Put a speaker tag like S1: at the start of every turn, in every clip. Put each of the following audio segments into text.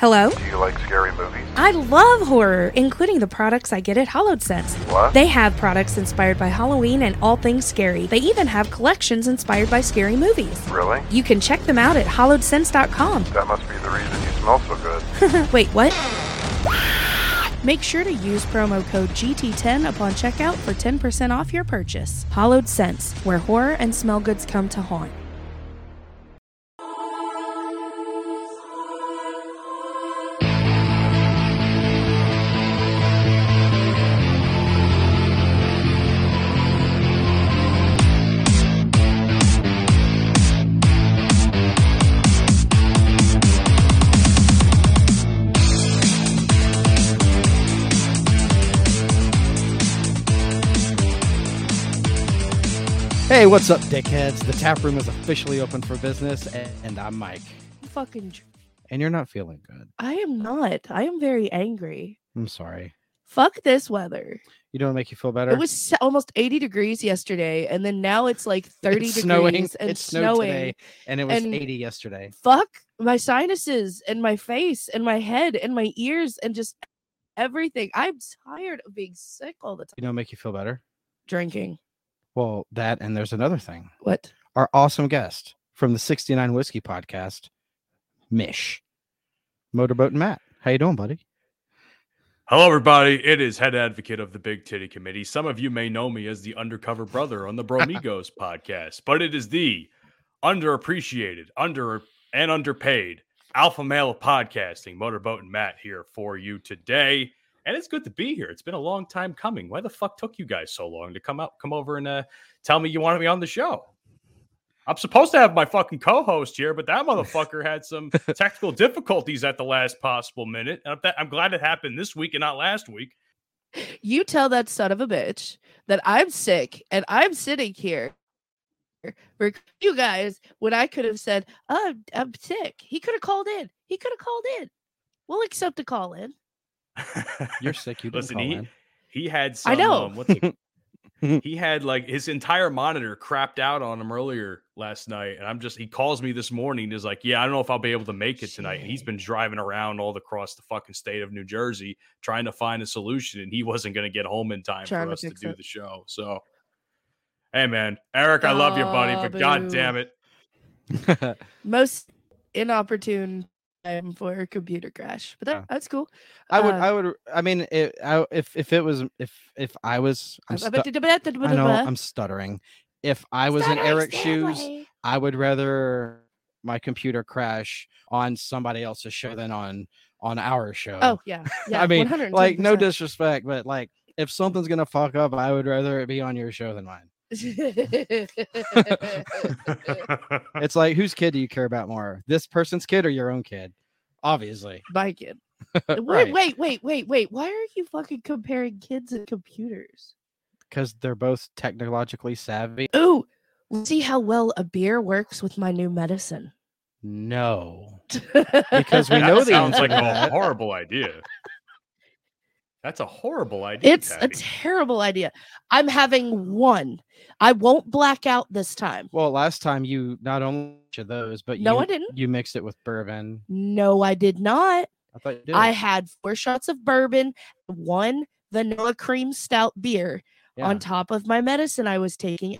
S1: Hello?
S2: Do you like scary movies?
S1: I love horror, including the products I get at Hollowed Sense.
S2: What?
S1: They have products inspired by Halloween and all things scary. They even have collections inspired by scary movies.
S2: Really?
S1: You can check them out at hollowedsense.com.
S2: That must be the reason you smell so good.
S1: Wait, what? Make sure to use promo code GT10 upon checkout for 10% off your purchase. Hollowed Sense, where horror and smell goods come to haunt.
S3: Hey, what's up, dickheads? The tap room is officially open for business, a- and I'm Mike.
S1: Fucking,
S3: And you're not feeling good.
S1: I am not. I am very angry.
S3: I'm sorry.
S4: Fuck this weather.
S3: You don't make you feel better.
S4: It was s- almost 80 degrees yesterday, and then now it's like 30
S3: It's
S4: degrees
S3: snowing.
S4: and
S3: It snowed
S4: snowing.
S3: today, and it was
S4: and-
S3: 80 yesterday.
S4: Fuck my sinuses and my face and my head and my ears and just everything. I'm tired of being sick all the time.
S3: You don't make you feel better.
S4: Drinking.
S3: Well, that and there's another thing.
S4: What?
S3: Our awesome guest from the 69 Whiskey Podcast, Mish, Motorboat and Matt. How you doing, buddy?
S5: Hello, everybody. It is head advocate of the Big Titty Committee. Some of you may know me as the undercover brother on the Bromigos podcast, but it is the underappreciated, under and underpaid alpha male of podcasting. Motorboat and Matt here for you today, and it's good to be here. It's been a long time coming. Why the fuck took you guys so long to come out, come over, and uh, tell me you want to be on the show? I'm supposed to have my fucking co-host here, but that motherfucker had some technical difficulties at the last possible minute. And I'm, th- I'm glad it happened this week and not last week.
S4: You tell that son of a bitch that I'm sick and I'm sitting here for you guys when I could have said, oh, I'm sick. He could have called in. He could have called in. We'll accept a call in.
S3: You're sick. You didn't
S5: Listen,
S3: call
S5: he-
S3: in.
S5: he had some.
S4: I know.
S5: um, what's it- he had like his entire monitor crapped out on him earlier last night, and I'm just. He calls me this morning. Is like, yeah, I don't know if I'll be able to make it tonight. And he's been driving around all across the fucking state of New Jersey trying to find a solution, and he wasn't going to get home in time
S4: Trying
S5: for
S4: to
S5: us to,
S4: fix
S5: do
S4: it.
S5: the show. So, hey, man, Eric, I love you, buddy,
S4: Aw,
S5: but god
S4: boo.
S5: damn it,
S4: most inopportune time for a computer crash, but that,
S3: Yeah.
S4: that's cool.
S3: I would,
S4: Uh,
S3: I would, I mean, it, I, if if it was, if if I was, I'm stu- I know I'm stuttering. If I was in Eric's shoes, I would rather my computer crash on somebody else's show than on on our show.
S4: Oh yeah, yeah.
S3: I mean, like no
S4: 110%.
S3: disrespect, but like if something's gonna fuck up, I would rather it be on your show than mine. It's like whose kid do you care about more, this person's kid or your own kid? Obviously,
S4: My kid.
S3: Uh, Right.
S4: Wait, wait, wait, wait, wait. Why are you fucking comparing kids and computers?
S3: because they're both technologically savvy.
S4: Ooh, see how well a beer works with my new medicine.
S3: No, Because we know
S5: that
S3: the
S5: sounds
S3: answer
S5: like
S3: to
S5: a
S3: that.
S5: horrible idea. That's a horrible idea.
S4: It's a
S5: Tabby.
S4: terrible idea. I'm having one. I won't black out this time.
S3: Well, last time you not only of those, but
S4: No,
S3: you,
S4: I didn't.
S3: You mixed it with bourbon.
S4: No, I did not.
S3: I thought you did.
S4: I had four shots of bourbon, one vanilla cream stout beer on top of my medicine I was taking.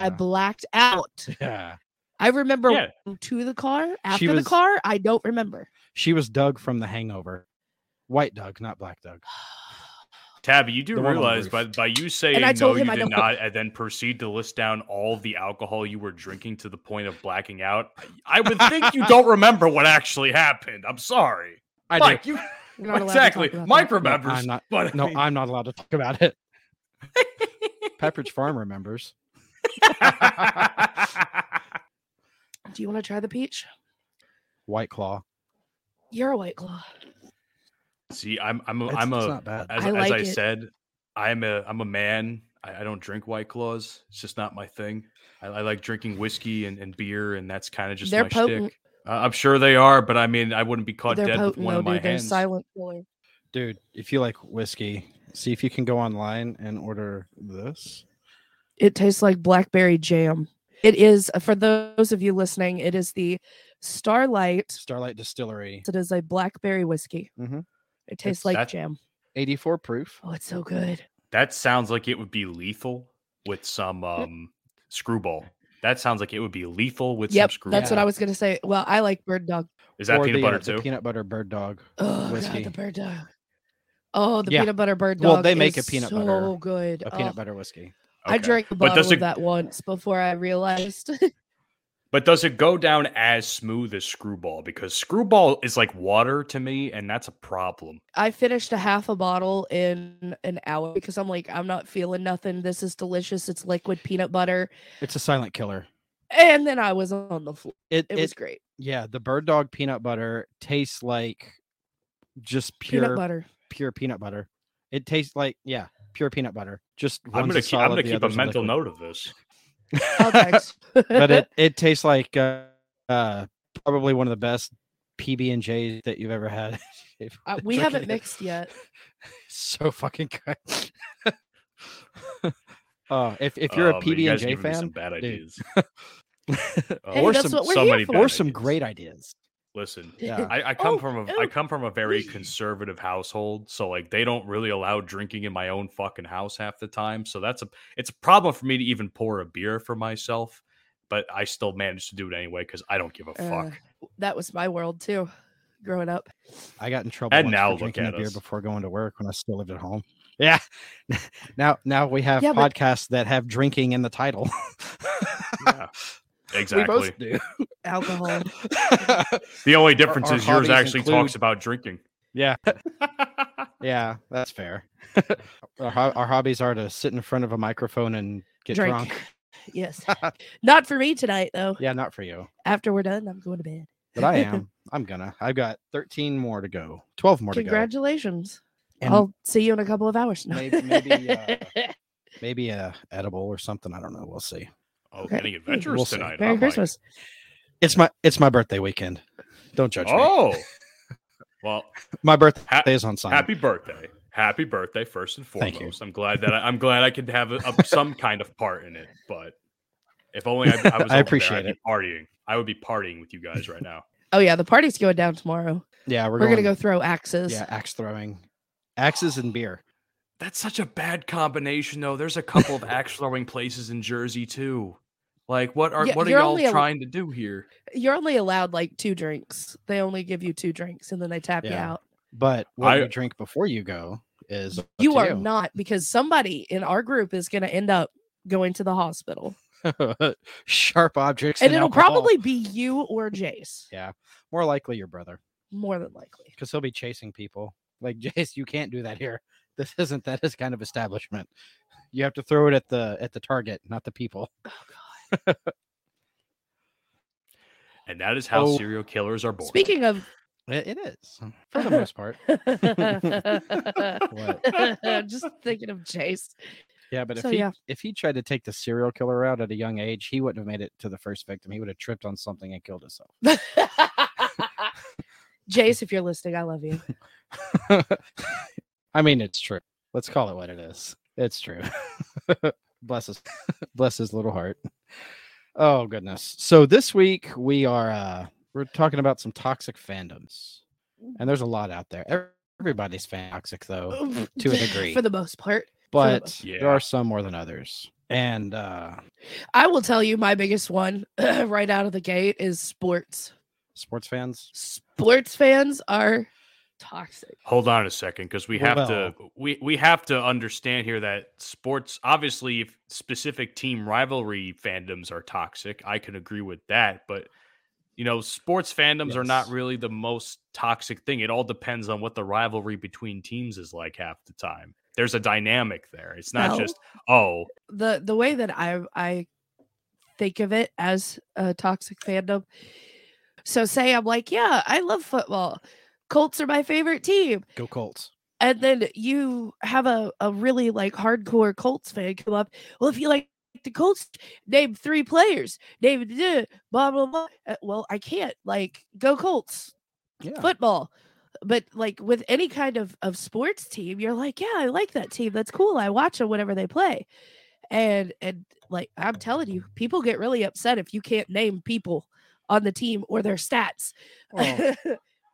S4: I
S3: Yeah.
S4: blacked out.
S3: Yeah.
S4: I remember
S5: Yeah.
S4: walking to the car after
S3: was-
S4: the car. I don't remember.
S3: She was Doug from The Hangover. White Doug, not Black Doug.
S5: Tabby, you do
S3: The one on the
S5: realize
S3: roof.
S5: by, by you saying
S4: I
S5: no,
S4: told
S5: you
S4: him I
S5: did
S4: don't-
S5: not, and then proceed to list down all the alcohol you were drinking to the point of blacking out. I I would think you don't remember what actually happened. I'm sorry,
S3: I
S5: Mike. You
S4: We're not allowed to
S5: exactly.
S4: talk about
S5: Mike
S4: that.
S3: No, I'm
S5: remembers.
S3: not-
S5: but I
S3: No,
S5: mean-
S3: I'm not allowed to talk about it. Pepperidge Farm remembers.
S4: Do you want to try the peach?
S3: White Claw.
S4: You're a white claw.
S5: See, I'm I'm a,
S3: It's,
S5: Oh, I'm
S3: it's
S5: a
S3: not bad.
S5: as
S4: I
S5: I, as
S4: like
S5: I
S4: it.
S5: said, I'm a I'm a man. I, I don't drink white claws. It's just not my thing. I, I like drinking whiskey and, and beer, and that's kind of just
S4: They're
S5: my
S4: potent.
S5: shtick. Uh, I'm sure they are, but I mean, I wouldn't be caught
S4: They're
S5: dead with
S4: potent,
S5: one
S4: though,
S5: of my
S4: dude. They're
S5: hands.
S4: silent killer.
S3: Dude, if you like whiskey, see if you can go online and order this.
S4: It tastes like blackberry jam. It is for those of you listening. It is the Starlight.
S3: Starlight Distillery,
S4: It is a blackberry whiskey.
S3: Mhm.
S4: It tastes
S5: It's
S4: like
S5: that-
S4: jam.
S3: 84 proof.
S4: Oh, it's so good.
S5: That sounds like it would be lethal with some um screwball. That sounds like it would be lethal with
S4: Yep,
S5: some screwball.
S4: that's what I was gonna say. Well, I like bird dog.
S5: Is that
S3: Or
S5: peanut
S3: the, uh,
S5: butter
S3: the
S5: too?
S3: peanut butter bird dog.
S4: Oh
S3: Whiskey.
S4: god, the bird dog. Oh, the
S3: Yeah.
S4: peanut butter bird dog.
S3: Well, they make
S4: is
S3: a peanut
S4: so
S3: butter-
S4: good.
S3: A
S4: Oh,
S3: peanut butter whiskey.
S4: I
S5: Okay.
S4: drank a
S5: But
S4: bottle
S5: does
S4: of
S5: it-
S4: that once before I realized.
S5: But does it go down as smooth as screwball? Because screwball is like water to me, and that's a problem.
S4: I finished a half a bottle in an hour because I'm like, I'm not feeling nothing. This is delicious. It's liquid peanut butter.
S3: It's a silent killer.
S4: And then I was on the floor.
S3: It,
S4: It,
S3: it,
S4: was great.
S3: yeah, the bird dog peanut butter tastes like just pure
S4: peanut butter.
S3: pure peanut butter. It tastes like yeah, pure peanut butter. Just
S5: I'm
S3: one's
S5: gonna
S3: a
S5: keep, I'm
S3: solid,
S5: gonna
S3: the
S5: keep a
S3: other's
S5: mental
S3: liquid.
S5: note of this.
S4: I'll text.
S3: but it it tastes like uh, uh probably one of the best PB and J's that you've ever had. If
S4: Uh,
S3: I'm
S4: we haven't
S3: drinking it.
S4: mixed yet.
S3: So fucking good. Oh, if if you're
S5: Oh,
S3: a
S5: man, you
S3: PB and
S5: guys
S3: J
S5: giving me
S3: fan,
S5: some bad ideas. Uh,
S4: Hey,
S5: or
S4: that's
S5: some,
S4: what we're
S5: so
S4: here
S5: many
S4: for.
S5: bad
S3: or some
S5: ideas.
S3: great ideas.
S5: Listen,
S3: Yeah.
S5: I, I come
S4: Oh,
S5: from a I
S4: oh,
S5: come from a very
S4: wee.
S5: conservative household, so like they don't really allow drinking in my own fucking house half the time. So that's a it's a problem for me to even pour a beer for myself, but I still manage to do it anyway because I don't give a
S4: Uh,
S5: fuck.
S4: that was my world too, growing up.
S3: I got in trouble
S5: And
S3: once
S5: now
S3: for
S5: look
S3: drinking a
S5: at
S3: beer
S5: us.
S3: before going to work when I still lived at home. Yeah. now now we have
S4: Yeah, but-
S3: podcasts that have drinking in the title.
S5: Yeah, exactly.
S3: We
S4: Alcohol.
S3: both
S4: Uh-huh.
S3: do.
S5: The only difference
S3: our
S5: is yours
S3: hobbies
S5: actually talks
S3: include-
S5: about drinking.
S3: yeah. Yeah, that's fair. our, ho- our hobbies are to sit in front of a microphone and get
S4: Drink.
S3: drunk.
S4: yes. Not for me tonight though.
S3: Yeah, not for you,
S4: After we're done, I'm going to bed.
S3: but I am. I'm gonna. I've got 13 more to go, 12 more to
S4: Congratulations.
S3: go, and
S4: I'll see you in a couple of hours. No.
S3: Maybe- maybe, uh, maybe a edible or something. I don't know. We'll see.
S5: Oh,
S4: Okay.
S5: getting adventurous
S3: We'll see.
S5: tonight.
S4: Merry
S5: I'm like,
S4: Christmas.
S3: It's my it's my birthday weekend. Don't judge me.
S5: oh, well,
S3: My birthday
S5: ha-
S3: is on Sunday.
S5: Happy birthday. Happy birthday, first and
S3: Thank you.
S5: foremost. I'm glad that I, I'm glad I could have a, a- some kind of part in it. But if only I, I was over there,
S3: appreciate
S5: I'd be
S3: it.
S5: partying. I would be partying with you guys right now.
S4: Oh yeah, the party's going down tomorrow.
S3: yeah, we're,
S4: We're, gonna go
S3: going-
S4: throw axes.
S3: Yeah, axe throwing, axes and beer.
S5: That's such a bad combination, though. There's a couple of axe throwing places in Jersey too. Like, what are
S4: Yeah,
S5: what are
S4: you're
S5: y'all
S4: only a-
S5: trying to do here?
S4: You're only allowed like two drinks. They only give you two drinks and then they tap you
S3: Yeah.
S4: out.
S3: But what
S5: I-
S3: you drink before you go is up
S4: You
S3: to
S4: are not because somebody in our group is gonna end up going to the hospital.
S3: sharp objects,
S4: And it'll
S3: alcohol.
S4: probably be you or Jace,
S3: more likely your brother.
S4: more than likely.
S3: because he'll be chasing people. Like Jace, you can't do that here. This isn't that this kind of establishment. You have to throw it at the at the target, not the people.
S5: And that is how
S3: Oh.
S5: serial killers are born.
S4: Speaking of
S3: It- it is for the most part. What?
S4: just thinking of Jace.
S3: Yeah, but if
S4: So,
S3: he
S4: yeah.
S3: if he tried to take the serial killer route at a young age, he wouldn't have made it to the first victim. He would have tripped on something and killed himself.
S4: Jace, if you're listening, I love you.
S3: I mean, it's true. Let's call it what it is. It's true. bless his bless his little heart. Oh goodness. So this week we are uh we're talking about some toxic fandoms. And there's a lot out there. Ev- Everybody's fan toxic though,
S4: Oh,
S3: to a degree.
S4: For the most part.
S3: but there
S5: Yeah.
S3: are some more than others. And uh
S4: I will tell you my biggest one right out of the gate is sports.
S3: sports fans.
S4: Sports fans are toxic.
S5: Hold on a second, because we have to we we have to understand here that sports obviously if specific team rivalry fandoms are toxic. I can agree with that, but you know, sports fandoms are not
S3: Yes.
S5: really the most toxic thing. It all depends on what the rivalry between teams is like half the time. There's a dynamic there. It's not
S4: No.
S5: just oh
S4: The the way that I I think of it as a toxic fandom. So say I'm like, yeah, I love football. Colts are my favorite team.
S3: Go Colts.
S4: and then you have a, a really like hardcore Colts fan come up. Well, if you like the Colts, name three players. Name duh, blah blah blah. Uh, Well, I can't like go Colts
S3: Yeah.
S4: football, but like with any kind of of sports team, you're like, yeah, I like that team. That's cool. I watch them whenever they play, and and like I'm telling you, people get really upset if you can't name people on the team or their stats.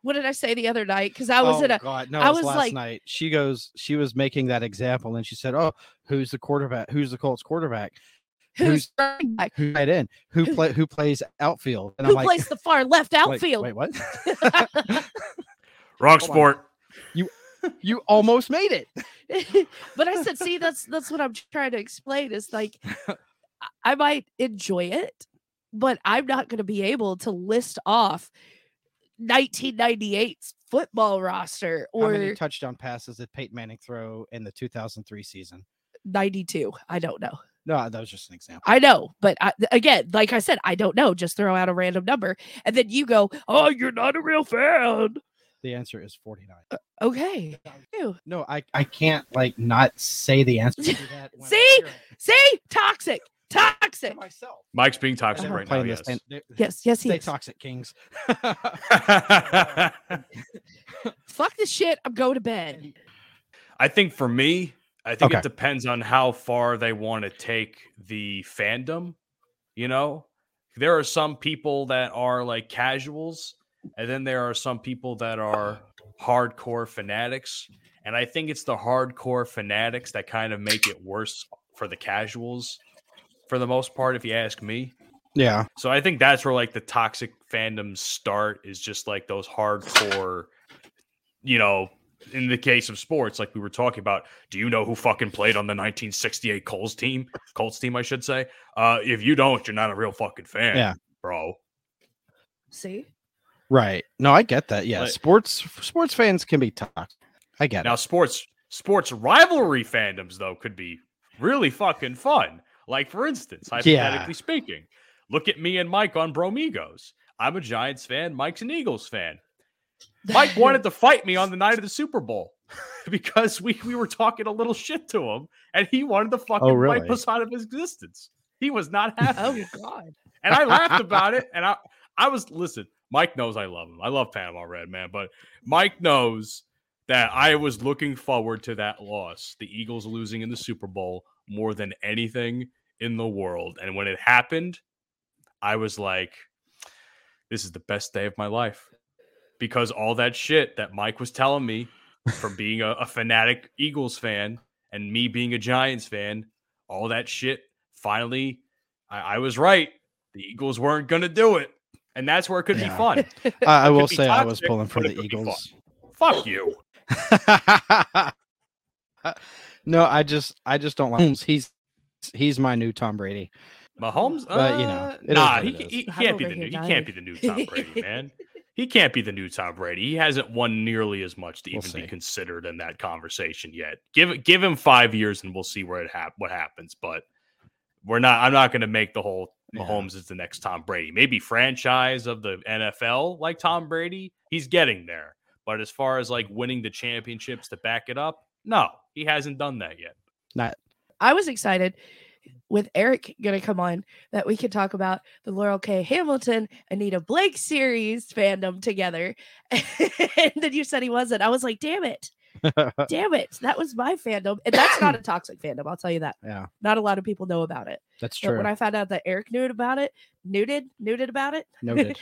S4: what did I say the other night? Because I was
S3: oh,
S4: in a
S3: God. No,
S4: I
S3: it was,
S4: was
S3: last
S4: like-
S3: night. She goes, she was making that example, and she said, "Oh, who's the quarterback? Who's the Colts quarterback?
S4: who's running back?
S3: Who tight end? Who play? Who plays outfield?" And
S4: who
S3: I'm like,
S4: plays the far left
S3: like,
S4: outfield?
S3: Wait, what? Hold on.
S5: Rock sport.
S3: you almost made it.
S4: but I said, see, that's that's what I'm trying to explain. Is like I- I might enjoy it, but I'm not going to be able to list off 1998's football roster
S3: How
S4: or
S3: many touchdown passes did Peyton Manning throw in the 2003 season?
S4: 92. I don't know.
S3: No, uh, that was just an example.
S4: I know, but I, again, like I said, I don't know. Just throw out a random number, and then you go, "Oh, you're not a real fan."
S3: The answer is 49.
S4: Uh, Okay. Ew.
S3: No, I, I can't like not say the answer. to that when I
S4: See?
S3: hear it
S4: See, toxic, toxic.
S3: to myself.
S5: Mike's being toxic
S3: Never
S5: right
S3: Uh-huh.
S5: now.
S3: playing
S5: Yes.
S3: this. and they-
S4: Yes, yes,
S3: Stay
S4: yes.
S3: toxic, Kings.
S4: Fuck this shit. I'm going to bed.
S5: I think for me, I think
S3: Okay.
S5: it depends on how far they want to take the fandom. You know, there are some people that are like casuals, and then there are some people that are hardcore fanatics. And I think it's the hardcore fanatics that kind of make it worse for the casuals for the most part, if you ask me.
S3: yeah.
S5: So I think that's where like the toxic fandoms start is just like those hardcore, you know, in the case of sports, like we were talking about, do you know who fucking played on the 1968 Colts team? Colts team, I should say. Uh, if you don't, you're not a real fucking fan,
S3: Yeah.
S5: bro.
S4: See,
S3: Right. No, I get that. Yeah.
S5: Like-
S3: sports sports fans can be toxic. I get
S5: Now,
S3: it.
S5: sports sports rivalry fandoms though could be really fucking fun. Like for instance, hypothetically speaking, look at me and Mike on Bromigos. I'm a Giants fan. Mike's an Eagles fan. Mike wanted to fight me on the night of the Super Bowl because we, we were talking a little shit to him and he wanted to fucking
S3: Oh, really?
S5: wipe us out of his existence. He was not happy.
S4: oh god.
S5: and I laughed about it. And I, I was, listen, Mike knows I love him. I love Panama Red, man. But Mike knows that I was looking forward to that loss, the Eagles losing in the Super Bowl, more than anything in the world. And when it happened, I was like, this is the best day of my life because all that shit that Mike was telling me from being a, a fanatic Eagles fan and me being a Giants fan, all that shit finally, I, I was right. The Eagles weren't going to do it. And that's where it could
S3: Yeah.
S5: be fun.
S3: I, I
S5: could
S3: will
S5: be
S3: say I was
S5: toxic,
S3: pulling for
S5: but it
S3: the
S5: could be
S3: Eagles.
S5: Fuck you.
S3: no, I just I just don't like him. He's he's my new Tom Brady.
S5: Mahomes,
S3: But, you know,
S5: uh,
S3: it is
S5: nah,
S3: what
S5: he,
S3: it
S5: ca-
S3: is.
S5: he
S4: I'm
S5: can't be
S4: over
S5: the new.
S4: here
S5: He can't be the new Tom Brady, man. He can't be the new Tom Brady. He hasn't won nearly as much to
S3: We'll
S5: even
S3: see.
S5: be considered in that conversation yet. Give it- give him five years, and we'll see where it hap- what happens. But we're not. I'm not going to make the whole
S3: Yeah.
S5: Mahomes is the next Tom Brady. Maybe franchise of the NFL like Tom Brady. He's getting there. But as far as like winning the championships to back it up, no, he hasn't done that yet.
S4: I was excited with Eric going to come on that we could talk about the Laurel K. Hamilton Anita Blake series fandom together. and then you said he wasn't. I was like, damn it. Damn it. That was my fandom. And that's not a toxic fandom. I'll tell you that.
S3: Yeah,
S4: Not a lot of people know about it.
S3: that's
S4: But
S3: true.
S4: when I found out that Eric knew about it, nuded, nuded about it.
S3: Noted.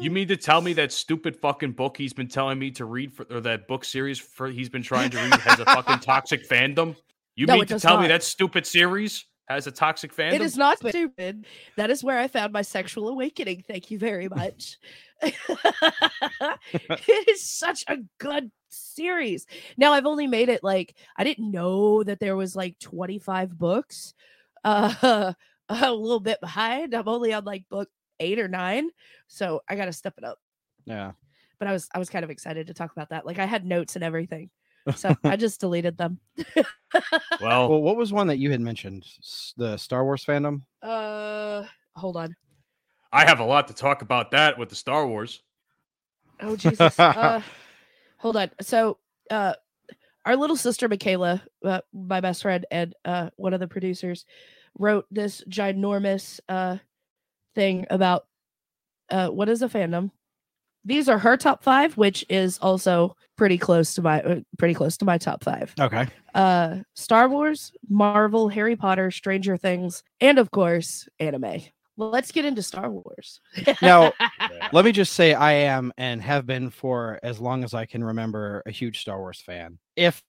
S5: You mean to tell me that stupid fucking book he's been telling me to read for, or that book series for he's been trying to read has a fucking toxic fandom? You
S4: No,
S5: mean
S4: it
S5: to
S4: does
S5: tell me
S4: not.
S5: that stupid series has a toxic fandom?
S4: It is not stupid. That is where I found my sexual awakening. Thank you very much. it is such a good series. Now I've only made it like I didn't know that there was like 25 books. Uh a little bit behind. I'm only on like book 8 or 9, so I got to step it up.
S3: yeah.
S4: But I was I was kind of excited to talk about that. Like I had notes and everything. So I just deleted them.
S5: well,
S3: Well, what was one that you had mentioned? S- The Star Wars fandom.
S4: Uh hold on.
S5: I have a lot to talk about that with the Star Wars.
S4: Oh Jesus. uh, hold on. So, uh, our little sister Michaela, uh, my best friend and uh, one of the producers, wrote this ginormous uh, thing about uh, what is a fandom. These are her top five, which is also pretty close to my uh, pretty close to my top five.
S3: Okay.
S4: Uh, Star Wars, Marvel, Harry Potter, Stranger Things, and of course anime. let's get into Star Wars.
S3: Now, let me just say I am and have been for as long as I can remember a huge Star Wars fan. If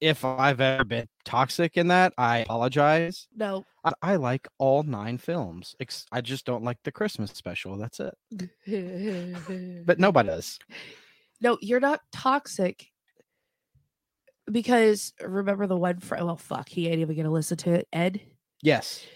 S3: if I've ever been toxic in that, I apologize.
S4: no,
S3: I, I like all nine films. Ex- I just don't like the Christmas special. That's it.
S5: Mm-hmm.
S3: But nobody does.
S4: no, you're not toxic. Because remember the one friend? Well, fuck, he ain't even gonna listen to it. Ed,
S3: Yes.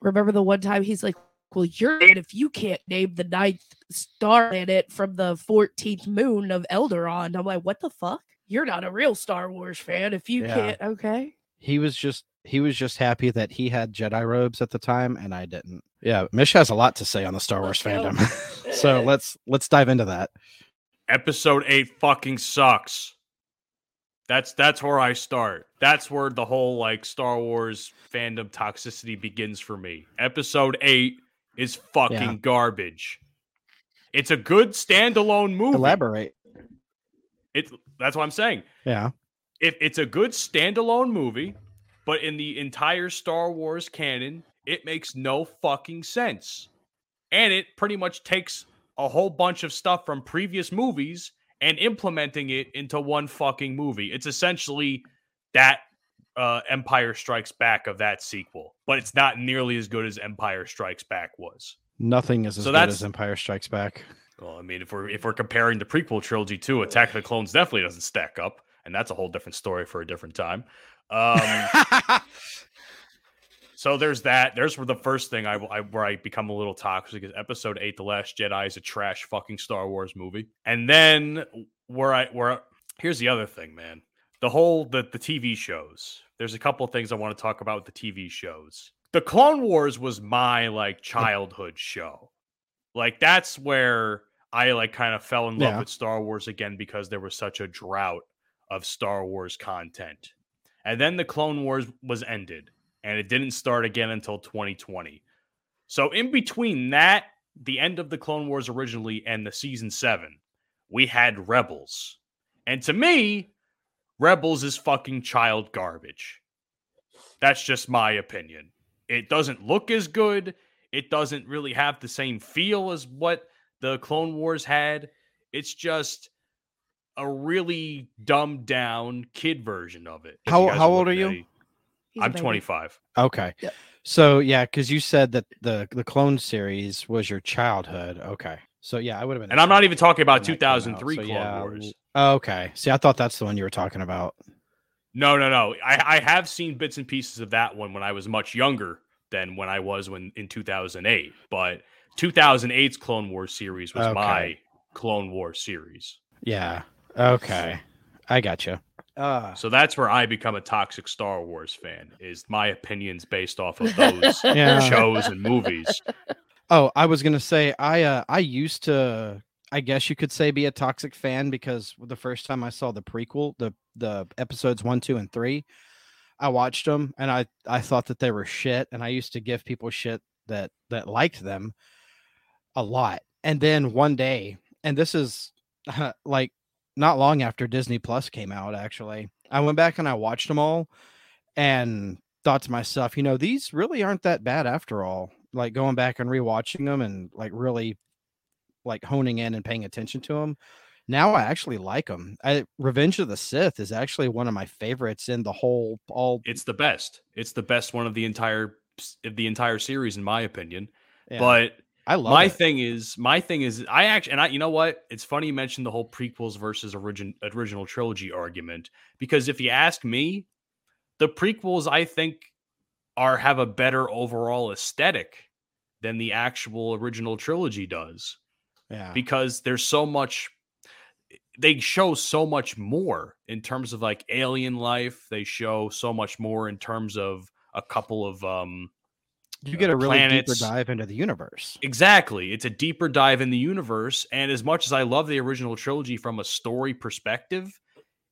S4: remember the one time he's like, "Well, you're it if you can't name the ninth star in it from the fourteenth moon of Eldaron." I'm like, "What the fuck? You're not a real Star Wars fan if you
S3: Yeah.
S4: can't." Okay,
S3: He was just he was just happy that he had Jedi robes at the time and I didn't. Yeah, Mish has a lot to say on the Star Wars
S4: Let's go.
S3: fandom. so let's let's dive into that.
S5: Episode eight fucking sucks. That's that's where I start. That's where the whole like Star Wars fandom toxicity begins for me. Episode eight is fucking
S3: Yeah.
S5: garbage. It's a good standalone movie.
S3: Elaborate.
S5: It, that's what I'm saying.
S3: Yeah.
S5: If it's a good standalone movie, but in the entire Star Wars canon, it makes no fucking sense. And it pretty much takes a whole bunch of stuff from previous movies and implementing it into one fucking movie. It's essentially that uh, Empire Strikes Back of that sequel, but it's not nearly as good as Empire Strikes Back was.
S3: Nothing is as
S5: So
S3: good
S5: that's-
S3: as Empire Strikes Back.
S5: Well, I mean, if we're if we're comparing the prequel trilogy to Attack of the Clones, definitely doesn't stack up, and that's a whole different story for a different time. Um, so there's that. There's where the first thing I, I where I become a little toxic is Episode Eight: The Last Jedi is a trash fucking Star Wars movie, and then where I where here's the other thing, man. The whole the the TV shows. There's a couple of things I want to talk about with the TV shows. The Clone Wars was my like childhood show. Like that's where I like kind of fell in love
S3: Yeah.
S5: with Star Wars again because there was such a drought of Star Wars content. And then the Clone Wars was ended and it didn't start again until 2020. So in between that, the end of the Clone Wars originally and the season 7, we had Rebels. And to me, Rebels is fucking child garbage. That's just my opinion. It doesn't look as good. It doesn't really have the same feel as what the Clone Wars had. It's just a really dumbed down kid version of it. if
S3: How-
S5: guys
S3: how old
S5: looking
S3: are
S5: at
S3: you?
S5: it.
S4: He's a
S5: I'm
S4: baby.
S5: 25.
S3: Okay.
S4: Yep.
S3: So yeah, because you said that the the clone series was your childhood. Okay. So yeah, I would have been.
S5: And I'm not even talking about
S3: when that came out,
S5: 2003
S3: so
S5: Clone
S3: yeah,
S5: Wars.
S3: w- Oh, Okay. See, I thought that's the one you were talking about.
S5: No, no, no. I, I have seen bits and pieces of that one when I was much younger than when I was when in 2008. But 2008's Clone Wars series was
S3: Okay.
S5: my Clone Wars series.
S3: Yeah. Okay. I gotcha. Uh,
S5: So that's where I become a toxic Star Wars fan. Is my opinions based off of those
S3: Yeah.
S5: shows and movies?
S3: oh, I was gonna say I uh I used to I guess you could say be a toxic fan because the first time I saw the prequel, the the episodes one, two, and three, I watched them and I I thought that they were shit, and I used to give people shit that that liked them a lot. And then one day, and this is like not long after Disney Plus came out, actually, I went back and I watched them all, and thought to myself, you know, these really aren't that bad after all. Like going back and rewatching them and like really like honing in and paying attention to them. Now I actually like them. I Revenge of the Sith is actually one of my favorites in the whole all
S5: It's the best. It's the best one of the entire of the entire series, in my opinion.
S3: yeah,
S5: But
S3: I love
S5: my
S3: it.
S5: thing is my thing is I actually and I you know what it's funny you mentioned the whole prequels versus origin original trilogy argument because if you ask me the prequels I think are have a better overall aesthetic than the actual original trilogy does
S3: yeah.
S5: because there's so much they show so much more in terms of like alien life they show so much more in terms of a couple of um
S3: you get a really
S5: planets-
S3: deeper dive into the universe.
S5: Exactly. It's a deeper dive in the universe. And as much as I love the original trilogy from a story perspective,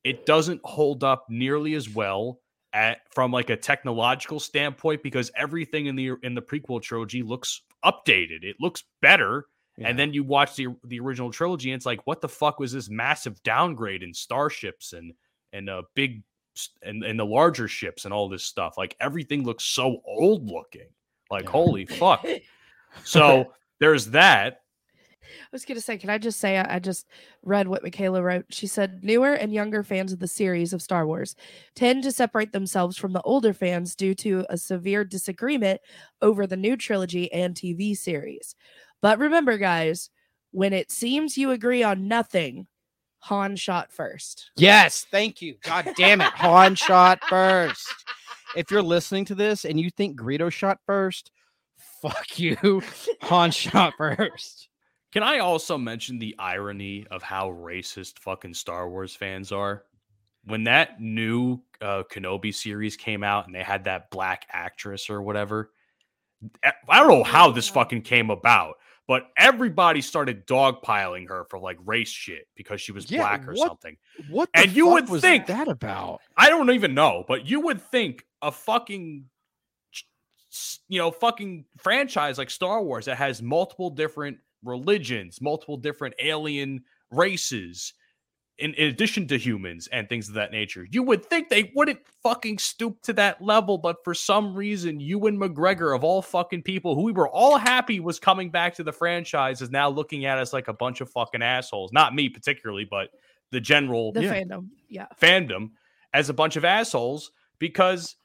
S5: it doesn't hold up nearly as well at from like a technological standpoint because everything in the in the prequel trilogy looks updated. It looks better.
S3: Yeah.
S5: And then you watch the the original trilogy, and it's like, what the fuck was this massive downgrade in starships and and uh, big s- and and the larger ships and all this stuff? Like everything looks so old looking. Like
S3: Yeah.
S5: holy fuck. So there's that.
S4: I was gonna say, can I just say I, I just read what Michaela wrote? She said newer and younger fans of the series of Star Wars tend to separate themselves from the older fans due to a severe disagreement over the new trilogy and TV series. But remember, guys, when it seems you agree on nothing, Han shot first.
S3: Yes, thank you. God damn it. Han shot first. If you're listening to this and you think Greedo shot first, fuck you. Han shot first.
S5: Can I also mention the irony of how racist fucking Star Wars fans are? When that new uh, Kenobi series came out and they had that black actress or whatever, eh, I don't know how this fucking came about, but everybody started dogpiling her for like race shit because she was
S3: Yeah,
S5: black or
S3: what-
S5: something.
S3: What the
S5: And you
S3: fuck
S5: would
S3: was
S5: think-
S3: that about?
S5: I don't even know, but you would think a fucking you know, fucking franchise like Star Wars that has multiple different religions, multiple different alien races in, in addition to humans and things of that nature. You would think they wouldn't fucking stoop to that level, but for some reason, Ewan McGregor of all fucking people who we were all happy was coming back to the franchise is now looking at us like a bunch of fucking assholes. Not me particularly, but the general
S4: The fandom. Yeah.
S5: fandom as a bunch of assholes because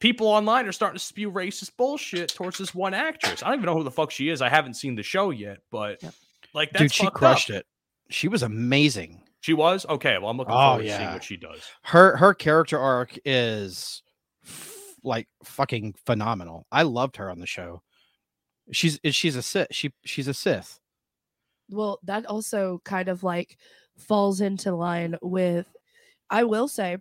S5: people online are starting to spew racist bullshit towards this one actress. I don't even know who the fuck she is. I haven't seen the show yet, but
S4: Yep.
S5: like that's
S3: Dude, she crushed it. She was amazing.
S5: She was okay. Well, I'm looking
S3: Oh,
S5: forward to seeing
S3: yeah.
S5: what she does.
S3: Her her character arc is f- like fucking phenomenal. I loved her on the show. She's she's a Sith. She she's a Sith.
S4: Well, that also kind of like falls into line with I will say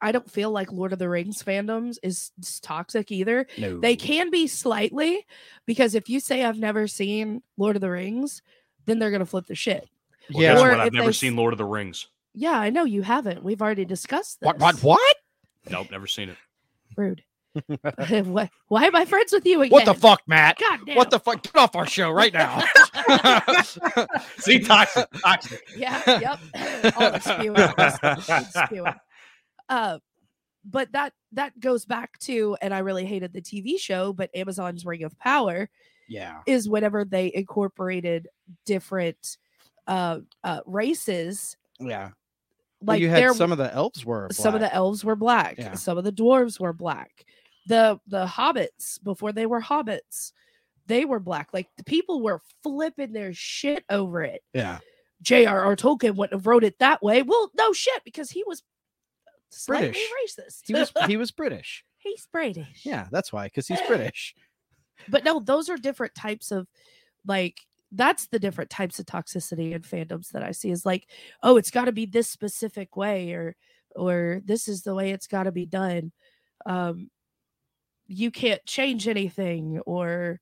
S4: I don't feel like Lord of the Rings fandoms is is toxic either.
S3: No.
S4: They can be slightly because if you say I've never seen Lord of the Rings, then they're going to flip the shit.
S5: Well,
S3: yeah.
S5: guess
S4: Or
S5: what?
S4: if
S5: I've
S4: they
S5: never
S4: s-
S5: seen Lord of the Rings.
S4: Yeah, I know you haven't. We've already discussed this.
S3: What what what?
S5: Nope, never seen it.
S4: Rude. Why- Why am I friends with you again?
S3: What the fuck, Matt?
S4: God damn.
S3: What the fuck? Get off our show right now.
S5: See, toxic. toxic.
S4: Yeah, yep. All the spewing. It's cute. Uh, but that that goes back to, and I really hated the TV show, but Amazon's Ring of Power
S3: yeah.
S4: is whenever they incorporated different uh, uh, races.
S3: Yeah.
S4: Like
S3: Well, you had
S4: there-
S3: some of the elves were
S4: some of
S3: black.
S4: the elves were black,
S3: Yeah.
S4: some of the dwarves were black, the the hobbits before they were hobbits, they were black. Like the people were flipping their shit over it.
S3: yeah
S4: J.R.R. Tolkien wouldn't have wrote it that way. Well, no shit, because he was slightly
S3: British.
S4: racist.
S3: he was he was British
S4: He's British.
S3: yeah that's why because he's British
S4: But no, those are different types of like that's the different types of toxicity in fandoms that I see is like, oh, it's gotta be this specific way or or this is the way it's gotta be done. Um you can't change anything or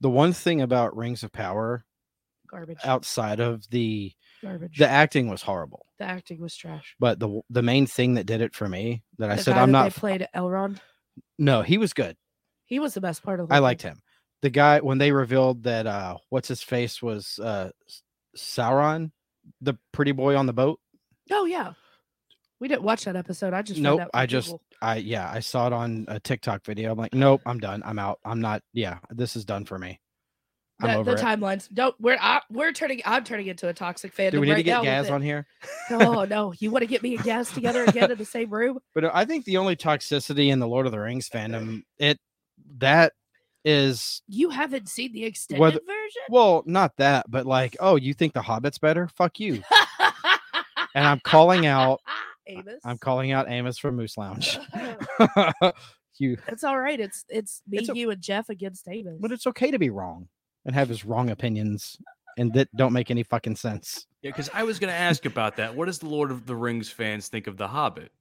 S3: the one thing about Rings of Power
S4: garbage.
S3: outside of the
S4: garbage.
S3: the acting was horrible
S4: the acting was trash.
S3: but the the main thing that did it for me that I
S4: The
S3: said
S4: guy
S3: I'm
S4: that
S3: not
S4: they played Elrond.
S3: no he was good
S4: He was the best part of the
S3: I
S4: whole
S3: liked
S4: thing.
S3: him the guy when they revealed that uh what's his face was uh S- Sauron the pretty boy on the boat
S4: Oh yeah. We didn't watch that episode. I just found
S3: Nope,
S4: out from
S3: I just-
S4: Google.
S3: I yeah I saw it on a TikTok video I'm like nope I'm done I'm out I'm not yeah this is done for me I'm
S4: the,
S3: over
S4: the
S3: it.
S4: timelines. Don't we're I, we're turning. I'm turning into a toxic fandom.
S3: do we need
S4: right
S3: to get
S4: now with
S3: Gaz
S4: it.
S3: on here
S4: oh no, you want to get me and Gaz together again in the same room?
S3: But uh, I think the only toxicity in the Lord of the Rings fandom, it that is
S4: You haven't seen the extended
S3: Whether-
S4: version.
S3: well, not that, but like, oh, you think the Hobbit's better? Fuck you. And I'm calling out
S4: Amos.
S3: I'm calling out Amos from Moose Lounge. you
S4: it's all right. It's it's me,
S3: It's o-
S4: you, and Jeff against Amos.
S3: but it's okay to be wrong and have his wrong opinions and that don't make any fucking sense.
S5: Yeah, because I was going to ask about that. What does the Lord of the Rings fans think of The Hobbit?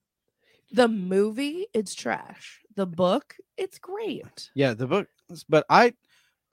S4: the movie, it's trash. The book, it's great.
S3: Yeah, the book but I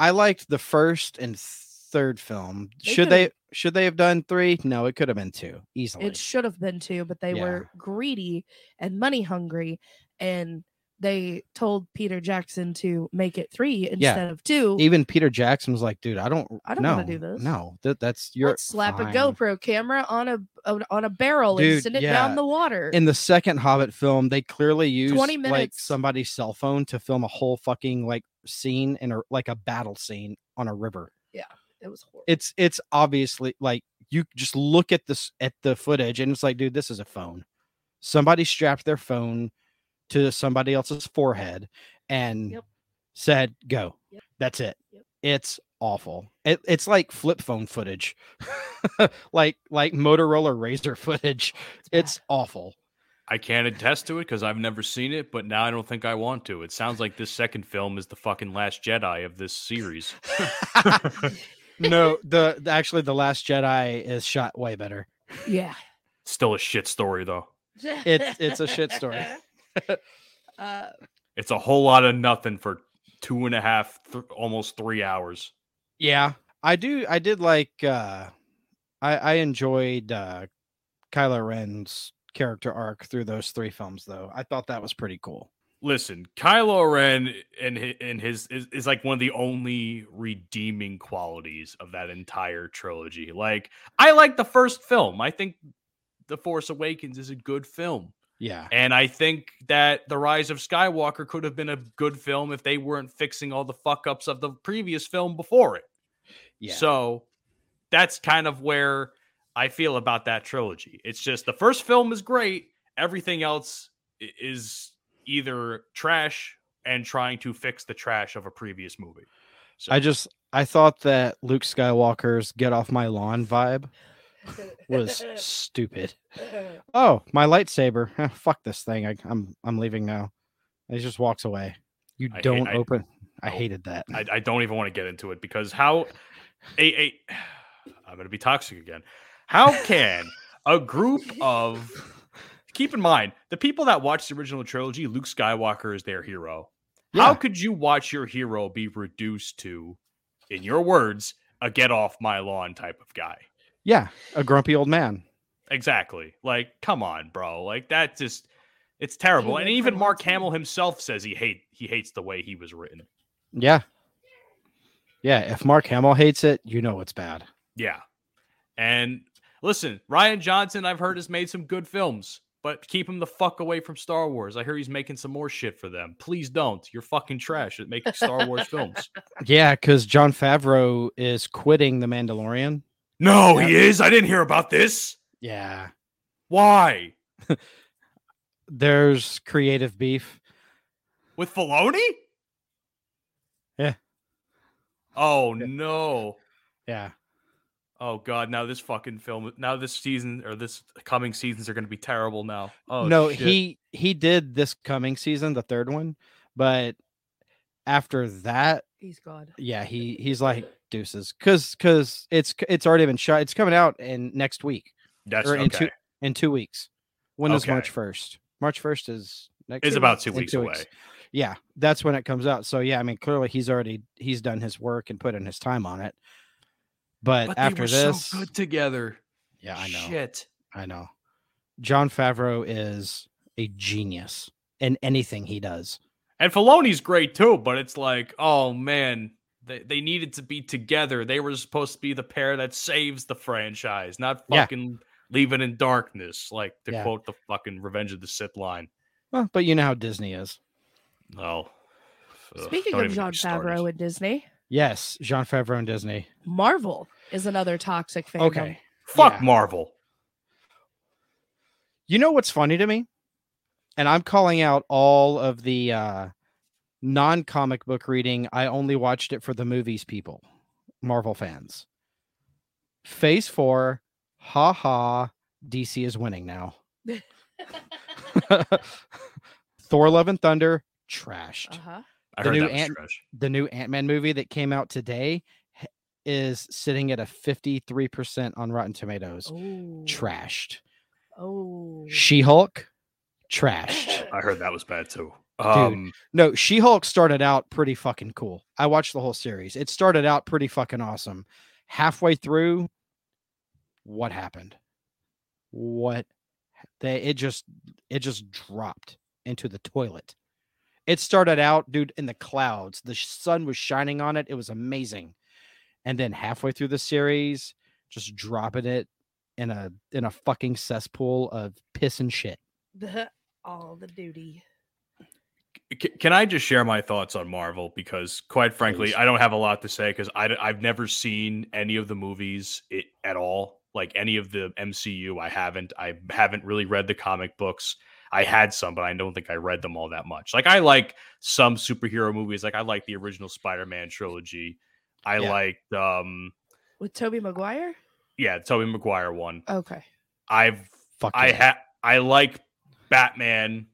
S3: I liked the first and third film.
S4: They
S3: should
S4: could've-
S3: they should they have done three? No, it could have been two easily.
S4: It should have been two, but they
S3: Yeah.
S4: were greedy and money hungry and they told Peter Jackson to make it three instead of two.
S3: Even Peter Jackson was like, "Dude, I don't,
S4: I don't
S3: no,
S4: wanna do this.
S3: No, that, that's your
S4: Let's slap
S3: fine."
S4: a GoPro camera on a on- on a barrel
S3: Dude,
S4: and send it
S3: yeah.
S4: down the water.
S3: In the second Hobbit film, they clearly used
S4: 20
S3: like
S4: minutes.
S3: somebody's cell phone to film a whole fucking like scene and a like a battle scene on a river.
S4: it was horrible.
S3: It's it's obviously like you just look at this at the footage and it's like, dude, this is a phone. Somebody strapped their phone to somebody else's forehead and
S4: Yep.
S3: said, "Go."
S4: Yep.
S3: That's it.
S4: Yep.
S3: It's awful. It, it's like flip phone footage, like like Motorola Razor footage.
S4: bad.
S3: It's awful.
S5: I can't attest to it because I've never seen it, but now I don't think I want to. It sounds like this second film is the fucking last Jedi of this series.
S3: no, the, the- actually the Last Jedi is shot way better.
S4: yeah.
S5: Still a shit story though.
S3: It's- it's a shit story.
S4: uh,
S5: It's a whole lot of nothing for two and a half, th- almost three hours.
S3: Yeah, I do. I did like. uh I I enjoyed uh Kylo Ren's character arc through those three films, though. I thought that was pretty cool.
S5: Listen, Kylo Ren and hi- and his is, is like one of the only redeeming qualities of that entire trilogy. Like I like the first film. I think The Force Awakens is a good film.
S3: Yeah,
S5: And I think that The Rise of Skywalker could have been a good film if they weren't fixing all the fuck ups of the previous film before it.
S3: yeah.
S5: So that's kind of where I feel about that trilogy. It's just the first film is great, everything else i- is either trash and trying to fix the trash of a previous movie. So
S3: I just I thought that Luke Skywalker's "Get off my lawn" vibe was stupid. Oh, my lightsaber! Huh, fuck this thing! I, I'm I'm leaving now. And he just walks away. You
S5: I hate- Oh.
S3: don't
S5: I-
S3: open. I
S5: no.
S3: hated that.
S5: I, I don't even want to get into it because how a a I'm gonna be toxic again. How can a group of keep in mind the people that watched the original trilogy, Luke Skywalker is their hero. How
S3: Yeah.
S5: could you watch your hero be reduced to, in your words, a get off my lawn type of guy?
S3: Yeah, a grumpy old man.
S5: Exactly. Like, come on, bro. Like that just it's terrible. And
S4: went
S5: even
S4: from
S5: Mark
S4: one to-
S5: Hamill himself says he hate he hates the way he was written.
S3: Yeah. Yeah, if Mark Hamill hates it, you know it's bad.
S5: Yeah. And listen, Ryan Johnson, I've heard, has made some good films, but keep him the fuck away from Star Wars. I hear he's making some more shit for them. Please don't. You're fucking trash at making Star Wars films.
S3: Yeah, because John Favreau is quitting The Mandalorian.
S5: No,
S3: Yep.
S5: he is. I didn't hear about this.
S3: Yeah.
S5: Why?
S3: There's creative beef.
S5: With Filoni?
S3: Yeah.
S5: Oh
S3: Yeah.
S5: no.
S3: Yeah.
S5: Oh god, now this fucking film now this season or this coming seasons are gonna be terrible now. Oh
S3: no,
S5: shit.
S3: he he did this coming season, the third one, but after that,
S4: he's gone.
S3: yeah, he he's like deuces because because it's it's already been shot. It's coming out in next week
S5: that's
S3: or in
S5: okay.
S3: two in two weeks. When is
S5: Okay.
S3: March first? March first is next.
S5: It's
S3: week?
S5: about two
S3: In
S5: weeks away.
S3: yeah that's when it comes out so yeah i mean clearly he's already he's done his work and put in his time on it but,
S5: But
S3: after
S5: they were
S3: this
S5: so good together.
S3: yeah i know
S5: Shit.
S3: i know john favreau is a genius in anything he does
S5: And Filoni's great too, but it's like, oh man, they, they needed to be together. They were supposed to be the pair that saves the franchise, not
S3: Yeah.
S5: fucking leave it in darkness, like to
S3: Yeah.
S5: quote the fucking Revenge of the Sith line.
S3: well, but you know how disney is
S5: Oh. Ugh,
S4: Speaking
S5: don't
S4: of
S5: even get
S4: John
S5: me started.
S4: Favreau and Disney,
S3: yes john favreau and disney
S4: Marvel is another toxic fandom.
S3: okay
S5: fuck
S3: yeah.
S5: Marvel.
S3: you know what's funny to me and i'm calling out all of the uh non-comic book reading i only watched it for the movies people marvel fans phase four ha ha dc is winning now thor love and thunder trashed
S4: Uh-huh.
S5: I
S3: The
S5: heard
S3: new
S5: that was
S3: Ant-
S5: trash.
S3: the new ant-man movie that came out today h- is sitting at a 53% on rotten tomatoes
S4: Oh.
S3: trashed
S4: Oh.
S3: she-hulk trashed
S5: I heard that was bad too. Um,
S3: No, She Hulk started out pretty fucking cool. I watched the whole series. It started out pretty fucking awesome. Halfway through, what happened? What they it just it just dropped into the toilet. It started out, dude, in the clouds. The sun was shining on it. It was amazing. And then halfway through the series, just dropping it in a in a fucking cesspool of piss and shit.
S4: All the duty.
S5: C- can I just share my thoughts on Marvel? Because quite frankly, I don't have a lot to say because I, have never seen any of the movies it, at all. Like any of the MCU, I haven't. I haven't really read the comic books. I had some, but I don't think I read them all that much. Like I like some superhero movies. Like I like the original Spider-Man trilogy. I
S3: Yeah.
S5: liked um
S4: With Toby Maguire?
S5: yeah, Tobey Maguire one.
S4: Okay.
S5: I've
S3: Fuck
S5: I
S3: yeah.
S5: ha- I like Batman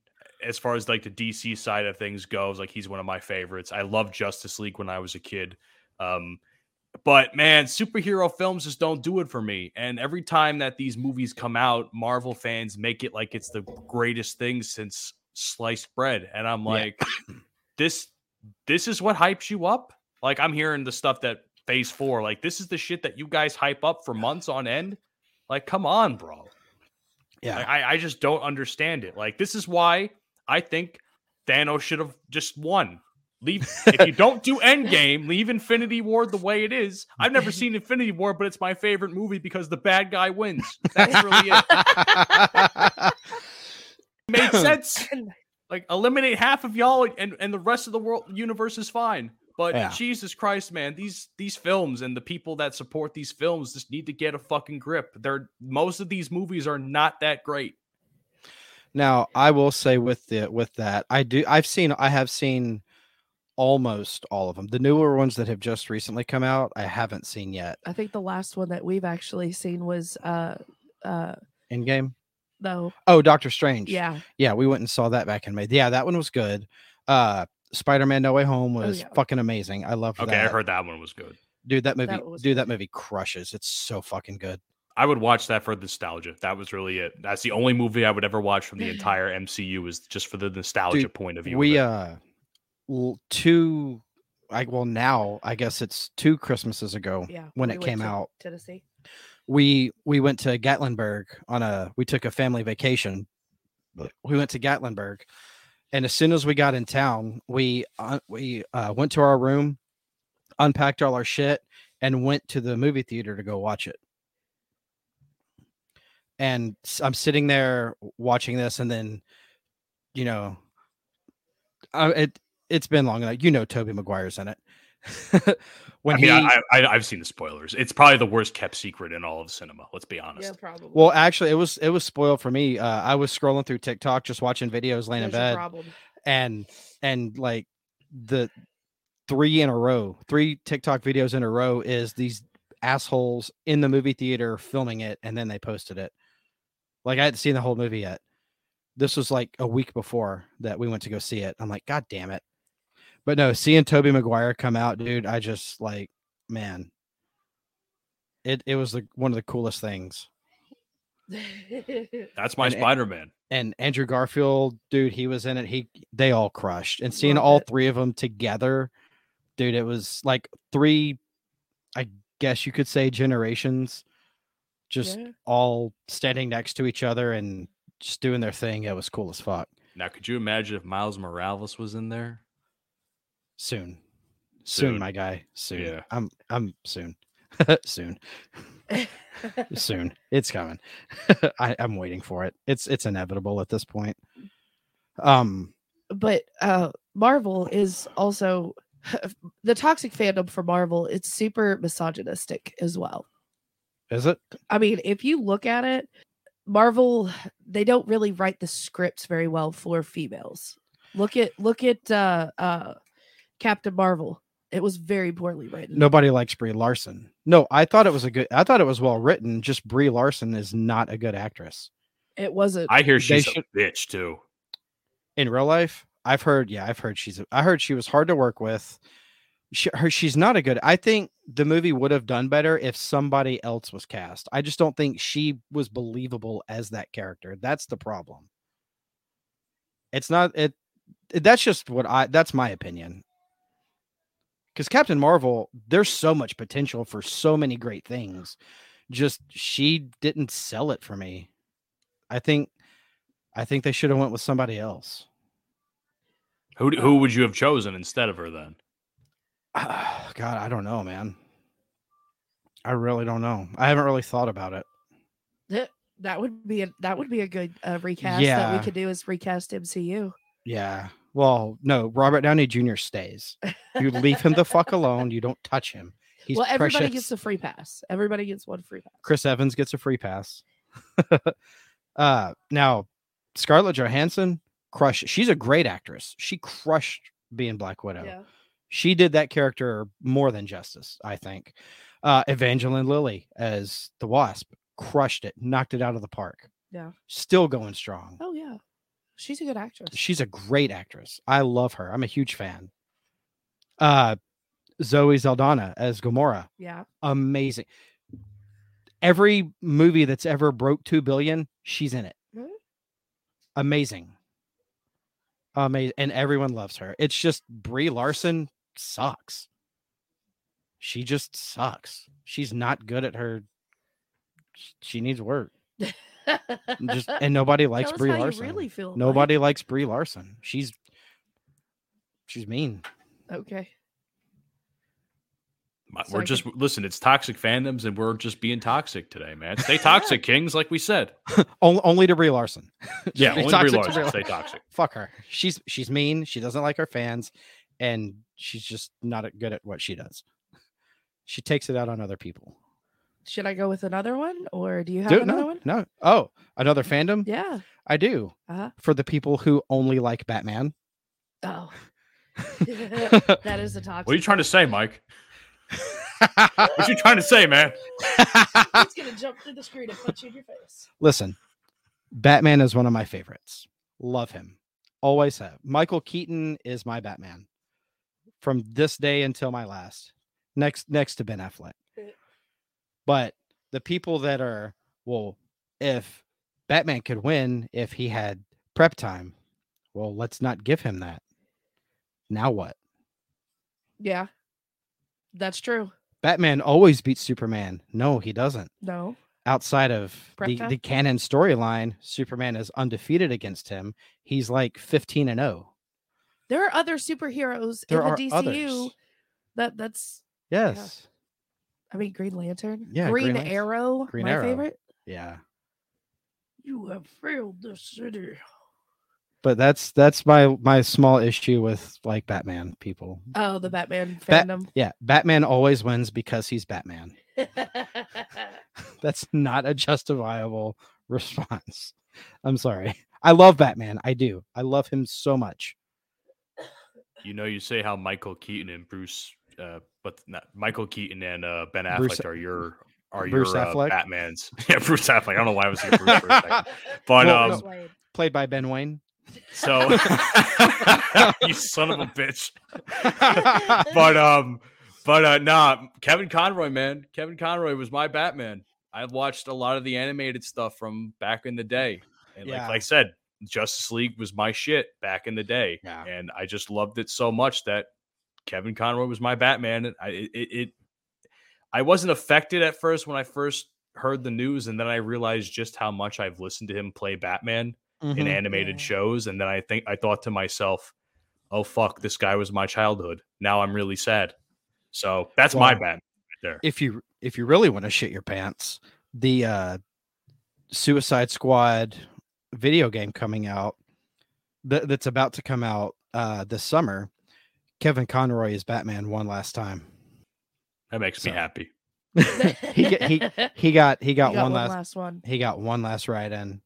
S5: as far as like the DC side of things goes. Like he's one of my favorites. I love Justice League when I was a kid. Um, but man, superhero films just don't do it for me. And every time that these movies come out, Marvel fans make it like it's the greatest thing since sliced bread. And I'm
S3: Yeah.
S5: like, this this is what hypes you up. Like I'm hearing the stuff that phase four, like this is the shit that you guys hype up for months on end. Like, come on, bro.
S3: yeah.
S5: Like, I, I just don't understand it. Like, this is why I think Thanos should have just won. Leave if you don't do Endgame, leave Infinity War the way it is. I've never seen Infinity War, but it's my favorite movie because the bad guy wins. That's really it. Made sense. Like eliminate half of y'all and, and the rest of the world universe is fine. But
S3: Yeah.
S5: Jesus Christ, man, these these films and the people that support these films just need to get a fucking grip. They're most of these movies are not that great.
S3: Now, I will say with the with that, I do I've seen I have seen almost all of them. The newer ones that have just recently come out, I haven't seen yet.
S4: I think the last one that we've actually seen was uh uh
S3: Endgame.
S4: no.
S3: Oh, Doctor Strange.
S4: Yeah.
S3: Yeah, we went and saw that back in May. Yeah, that one was good. Uh Spider-Man No Way Home was
S4: Oh, yeah.
S3: fucking amazing. I loved
S5: Okay,
S3: that.
S5: I heard that one was good.
S3: Dude, that movie
S4: That was
S3: dude, that movie crushes. It's so fucking good.
S5: I would watch that for nostalgia. That was really it. That's the only movie I would ever watch from the entire MCU is just for the nostalgia
S3: Dude,
S5: point of view. of
S3: we
S5: it.
S3: uh l- two I well now, I guess it's two Christmases ago
S4: Yeah.
S3: when
S4: we
S3: it
S4: went
S3: came
S4: to
S3: out.
S4: Tennessee.
S3: we we went to Gatlinburg on a we took a family vacation. We went to Gatlinburg, and as soon as we got in town, we uh, we uh, went to our room, unpacked all our shit, and went to the movie theater to go watch it. And s- I'm sitting there watching this, and then, you know, I, it it's been long enough. You know, Toby Maguire's in it. when
S5: I mean,
S3: he,
S5: I, I, I've seen the spoilers. It's probably the worst kept secret in all of cinema. Let's be honest.
S4: Yeah, probably.
S3: Well, actually, it was it was spoiled for me. Uh, I was scrolling through TikTok, just watching videos, laying in
S4: There's your
S3: bed,
S4: problem.
S3: and and like the three in a row, three TikTok videos in a row is these assholes in the movie theater filming it, and then they posted it. Like I hadn't seen the whole movie yet. This was like a week before that we went to go see it. I'm like, God damn it! But no, seeing Toby Maguire come out, dude, I just like, man, it it was the, one of the coolest things.
S5: That's my
S3: And- and-
S5: Spider Man.
S3: and Andrew Garfield, dude, he was in it. He they all crushed. And seeing
S4: Love
S3: all
S4: it.
S3: three of them together, dude, it was like three, I guess you could say generations just
S4: Yeah.
S3: all standing next to each other and just doing their thing. It was cool as fuck.
S5: Now, could you imagine if Miles Morales was in there?
S3: Soon. Soon,
S5: Soon.
S3: my guy. Soon.
S5: Yeah.
S3: I'm I'm soon. soon. soon. It's coming. I, I'm waiting for it. It's it's inevitable at this point. Um
S4: but uh Marvel is also the toxic fandom for Marvel, it's super misogynistic as well.
S3: is it?
S4: I mean, if you look at it, Marvel they don't really write the scripts very well for females. Look at look at uh uh Captain Marvel. It was very poorly written.
S3: nobody likes Brie Larson. No, I thought it was a good. I thought it was well written. Just Brie Larson is not a good actress
S4: It wasn't
S5: I hear she's
S3: should-
S5: a bitch too.
S3: in real life. I've heard. Yeah, I've heard she's. I heard she was hard to work with. She, her, she's not a good. I think the movie would have done better if somebody else was cast. I just don't think she was believable as that character. That's the problem. It's not it. That's just what I. That's my opinion. Because Captain Marvel, there's so much potential for so many great things. Just she didn't sell it for me. I think, I think they should have went with somebody else.
S5: Who d- who would you have chosen instead of her then?
S3: God, I don't know, man. I really don't know. I haven't really thought about it.
S4: Th- eh, That would be a that would be a good uh, recast that
S3: Yeah.
S4: we could do is recast MCU.
S3: Yeah. Well, no, Robert Downey Jr. stays. You leave him the fuck alone. You don't touch him. He's
S4: well, everybody
S3: precious.
S4: gets a free pass. Everybody gets one free pass.
S3: Chris Evans gets a free pass. uh now Scarlett Johansson crushed. She's a great actress. She crushed being Black Widow.
S4: Yeah.
S3: She did that character more than justice, I think. Uh Evangeline Lilly as the Wasp crushed it, knocked it out of the park.
S4: Yeah.
S3: Still going strong.
S4: Oh yeah, she's a good actress.
S3: She's a great actress. I love her. I'm a huge fan. Uh Zoe Zaldana as Gamora
S4: yeah,
S3: amazing. Every movie that's ever broke two billion, she's in it.
S4: Mhm.
S3: Amazing. Amazing. And everyone loves her. It's just Brie Larson sucks. She just sucks. She's not good at her. sh- She needs work. Just and nobody likes
S4: Tell us
S3: Brie
S4: how you
S3: Larson.
S4: really feel. Mike.
S3: nobody likes Brie Larson. She's she's mean.
S4: Okay.
S5: My-
S4: So I
S5: We're
S4: could-
S5: just listen. It's toxic fandoms, and we're just being toxic today, man. Stay toxic, kings, like we said.
S3: On- only to Brie Larson.
S5: Yeah,
S3: Stay
S5: only
S3: toxic
S5: Brie
S3: to
S5: Larson.
S3: Brie
S5: Stay toxic.
S3: fuck her. She's she's mean. She doesn't like her fans, and she's just not at- good at what she does. She takes it out on other people.
S4: Should I go with another one, or do you have
S3: Dude,
S4: another
S3: no,
S4: one?
S3: no. Oh, another fandom.
S4: Yeah.
S3: I do
S4: Uh-huh.
S3: for the people who only like Batman.
S4: Oh. that is the toxic.
S5: What are you trying to say, Mike? What you trying to say, man?
S4: He's gonna jump through the screen and punch you in your face.
S3: Listen, Batman is one of my favorites. Love him. Always have. Michael Keaton is my Batman from this day until my last. Next next to Ben Affleck. But the people that are, well, if Batman could win if he had prep time, well, let's not give him that. Now what?
S4: Yeah. That's true.
S3: Batman always beats Superman. No, he doesn't.
S4: No.
S3: outside of
S4: Prep
S3: the,
S4: time?
S3: the canon storyline, Superman is undefeated against him. He's like 15 and 0.
S4: There are other superheroes
S3: There are
S4: in the DCU
S3: others.
S4: that that's
S3: Yes.
S4: I mean Green Lantern.
S3: Yeah, Green
S4: Green,
S3: Lantern.
S4: Arrow.
S3: Green
S4: my
S3: Arrow.
S4: favorite.
S3: Yeah.
S4: You have failed the city.
S3: But that's that's my my small issue with like Batman people.
S4: Oh, the Batman
S3: Bat-
S4: fandom.
S3: Yeah, Batman always wins because he's Batman. That's not a justifiable response. I'm sorry. I love Batman. I do. I love him so much.
S5: You know, you say how Michael Keaton and Bruce, uh, but not Michael Keaton and uh, Ben Affleck
S3: Bruce-
S5: are your are
S3: Bruce
S5: your uh,
S3: Affleck?
S5: Batman's. yeah, Bruce Affleck. I don't know why I was here Bruce for a second, but
S3: Well,
S5: um,
S3: no. Played by Ben Wayne.
S5: so you son of a bitch. but um, but uh, nah, Kevin Conroy, man, Kevin Conroy was my Batman. I've watched a lot of the animated stuff from back in the day, and like,
S3: Yeah.
S5: like I said, Justice League was my shit back in the day,
S3: Yeah.
S5: and I just loved it so much that Kevin Conroy was my Batman. And I it, it, it I wasn't affected at first when I first heard the news, and then I realized just how much I've listened to him play Batman in
S3: Mhm.
S5: animated
S4: Yeah.
S5: shows and then i think i thought to myself oh fuck this guy was my childhood now i'm really sad so that's my
S3: Well,
S5: bad there
S3: if you if you really want to shit your pants, the uh Suicide Squad video game coming out that that's about to come out uh this summer. Kevin Conroy is Batman one last time.
S5: that makes
S3: so-
S5: me happy
S3: he get- he- He got he got,
S4: got
S3: one last
S4: one.
S3: he got one last ride in.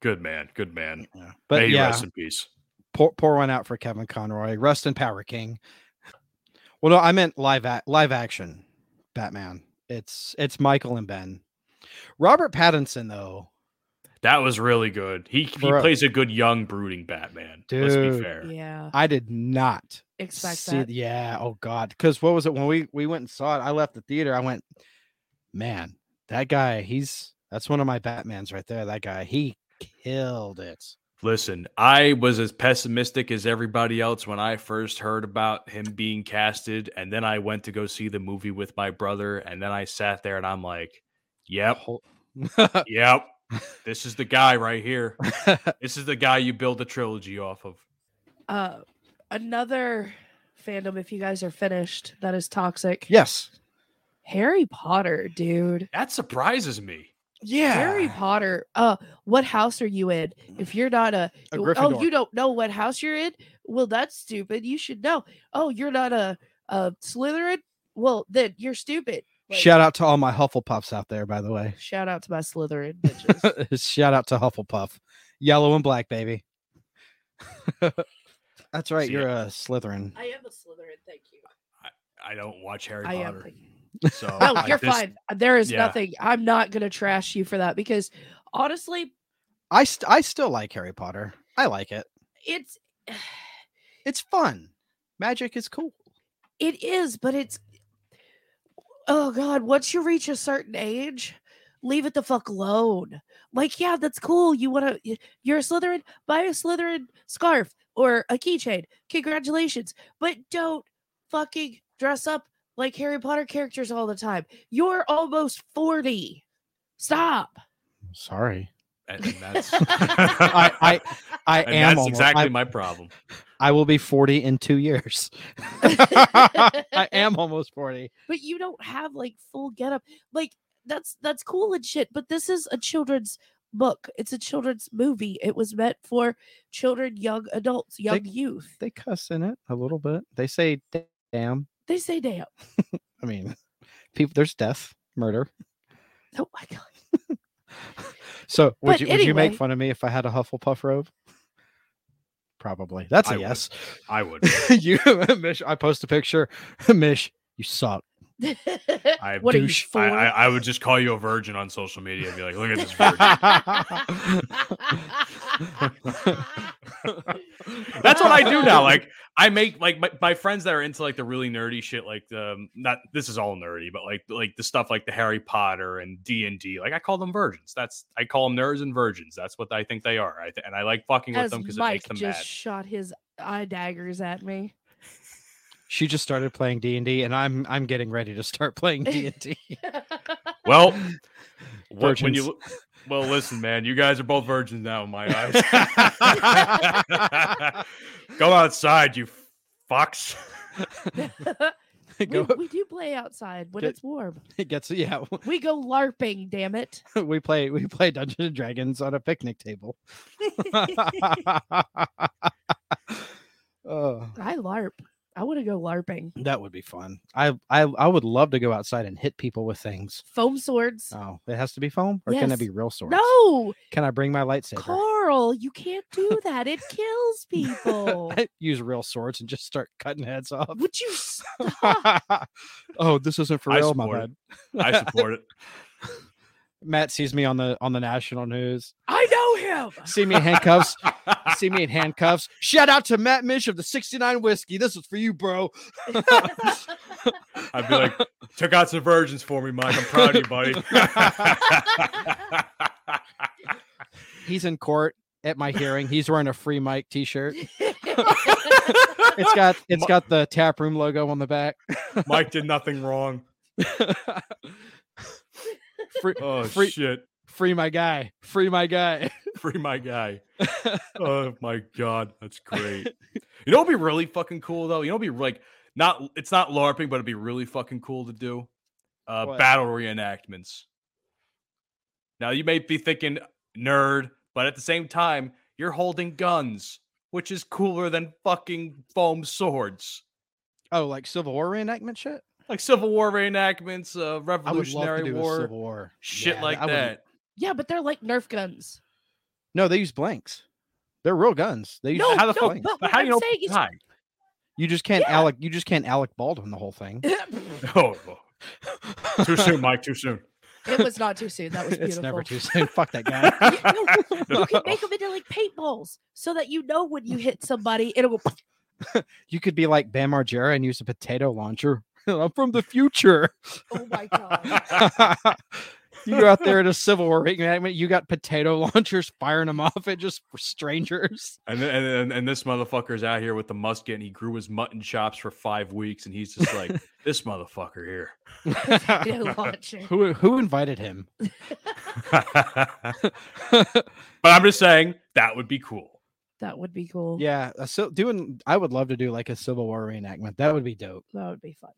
S5: good man good man
S3: But
S5: may you
S3: yeah,
S5: rest in peace
S3: pour, pour one out for Kevin Conroy. Rust and Power King. Well, no, I meant live ac live action Batman. It's it's Michael and Ben. Robert Pattinson though,
S5: that was really good he, he
S3: Bro.
S5: plays a good young brooding batman let's be
S3: Dude.
S5: fair
S4: Yeah.
S3: I did not
S4: Expect
S3: see-
S4: that.
S3: Yeah. Oh God. Because what was it when we we went and saw it? I left the theater. I went, man, that guy. He's that's one of my Batman's right there. That guy. He killed it.
S5: Listen, I was as pessimistic as everybody else when I first heard about him being casted. And then I went to go see the movie with my brother. And then I sat there and I'm like, yep,
S3: Hol-
S5: yep, this is the guy right here. This is the guy you build a trilogy off of.
S4: Uh, another fandom, if you guys are finished, that is toxic.
S3: Yes.
S4: Harry Potter, dude.
S5: That surprises me.
S3: Yeah. Mm.
S4: Harry Potter. Uh, what house are you in? If you're not a,
S3: A
S4: oh,
S3: Gryffindor.
S4: you don't know what house you're in. Well, that's stupid. You should know. Oh, you're not a a Slytherin. Well, then you're stupid. Like,
S3: Shout out to all my Hufflepuffs out there, by the way.
S4: shout out to my Slytherin bitches.
S3: Shout out to Hufflepuff. Yellow and black, baby. That's right.
S5: See,
S3: You're a Slytherin.
S4: I am a Slytherin. Thank you.
S5: I don't watch Harry
S4: I am.
S5: Potter.
S4: thank you.
S5: So
S3: Oh,
S4: No,
S5: like,
S4: you're
S5: this-
S4: fine. There is
S5: yeah.
S4: nothing. I'm not gonna trash you for that because honestly,
S3: I st- I still like Harry Potter. I like it.
S4: it's
S3: It's fun. Magic is cool.
S4: It is, but it's oh god, once you reach a certain age, leave it the fuck alone. Like, yeah, that's cool. You wanna y- you're a Slytherin, buy a Slytherin scarf or a keychain. Congratulations. But don't fucking dress up like Harry Potter characters all the time. You're almost 40. Stop.
S3: Sorry.
S5: and that's
S3: I- I
S5: and
S3: am
S5: that's
S3: almost-
S5: exactly
S3: I-
S5: my problem.
S3: I will be 40 in 2 years. I am almost 40.
S4: but you don't have like full getup. Like that's that's cool and shit, but this is a children's book. It's a children's movie. It was meant for children, young adults, young youth.
S3: They cuss in it a little bit. They say "Da- damn.
S4: They say damn.
S3: I mean, people there's death, murder.
S4: Oh my god.
S3: So would
S4: But
S3: you would you make
S4: anyway.
S3: fun of me if I had a Hufflepuff robe? Probably. That's
S5: I
S3: a
S5: would.
S3: yes.
S5: I would.
S3: you Mish, I post a picture. Mish, you suck.
S5: I,
S4: What are you
S3: douche.
S5: I,
S4: for?
S5: I, I would just call you a virgin on social media and be like, look at this virgin. That's what I do now. Like I make like my, my friends that are into like the really nerdy shit, like the um, not this is all nerdy, but like like the stuff like the Harry Potter and D and D. Like I call them virgins. That's I call them nerds and virgins. That's what I think they are. I th- and I like fucking with
S4: As
S5: them because it
S4: Mike
S5: makes them
S4: just
S5: mad.
S4: shot his eye daggers at me.
S3: She just started playing D and D, and I'm I'm getting ready to start playing D and D.
S5: Well, what, when
S3: Virgins.
S5: you look- well listen, man, you guys are both virgins now in my eyes. Go outside, you fucks.
S4: we,
S3: Go
S4: we do play outside when
S3: Get-
S4: it's warm.
S3: it gets yeah.
S4: We go LARPing, damn it.
S3: We play we play Dungeons and Dragons on a picnic table. oh,
S4: I LARP. I want to go LARPing.
S3: that would be fun. I I I would love to go outside and hit people with things.
S4: Foam swords.
S3: Oh, it has to be foam, or can
S4: Yes.
S3: it be real swords?
S4: No,
S3: Can I bring my lightsaber?
S4: Carl, you can't do that. It kills people.
S3: I use real swords and just start cutting heads off.
S4: Would you stop?
S3: oh, this isn't for
S5: I
S3: real, my
S5: support
S3: bad.
S5: it. I support it.
S3: Matt sees me on the on the national news.
S4: I know him.
S3: See me in handcuffs. see me in handcuffs. Shout out to Matt Mish of the 69 whiskey. This is for you, bro.
S5: I'd be like, took out some virgins for me, Mike. I'm proud of you, buddy.
S3: He's in court at my hearing. He's wearing a free mic t-shirt. It's got it's
S5: Mi-
S3: got the tap room logo on the back.
S5: Mike did nothing wrong.
S3: Free,
S5: Oh
S3: Free-
S5: shit.
S3: free my guy. Free my guy.
S5: Free my guy. oh my god, that's great. You know what'd be really fucking cool though? You know what'd be like not it's not LARPing, but it'd be really fucking cool to do. Uh
S3: What?
S5: battle reenactments. Now you may be thinking nerd, but at the same time, you're holding guns, which is cooler than fucking foam swords.
S3: Oh, like Civil War reenactment shit?
S5: like Civil War reenactments,
S3: I
S5: uh,
S3: would love to
S5: Revolutionary
S3: do
S5: War,
S3: a Civil War.
S5: shit
S3: Yeah,
S5: like
S3: I would-
S5: that.
S4: yeah, but they're like Nerf guns.
S3: No, they use blanks. They're real guns. They use
S4: No,
S5: how the
S4: no,
S5: fuck?
S4: but
S5: but
S4: what
S5: how do
S4: I'm
S5: you know
S4: saying is-
S5: why?
S3: You just can't
S4: Yeah.
S3: Alec. You just can't Alec Baldwin the whole thing.
S5: Oh, well, too soon, Mike. Too soon.
S4: It was not too soon. That was beautiful.
S3: it's never too soon. Fuck that guy.
S4: Yeah, no, you can make them into like paintballs so that you know when you hit somebody, it'll go.
S3: You could be like Bam Margera and use a potato launcher. I'm from the future.
S4: Oh my god!
S3: you go out there at a Civil War reenactment. You got potato launchers firing them off at just strangers.
S5: And, then- and and and this motherfucker's out here with the musket, and he grew his mutton chops for five weeks, and he's just like this motherfucker here.
S4: Potato launcher.
S3: Who who invited him?
S5: but I'm just saying that would be cool.
S4: That would be cool.
S3: Yeah, a sil- doing I would love to do like a Civil War reenactment. That would be dope.
S4: That would be fun.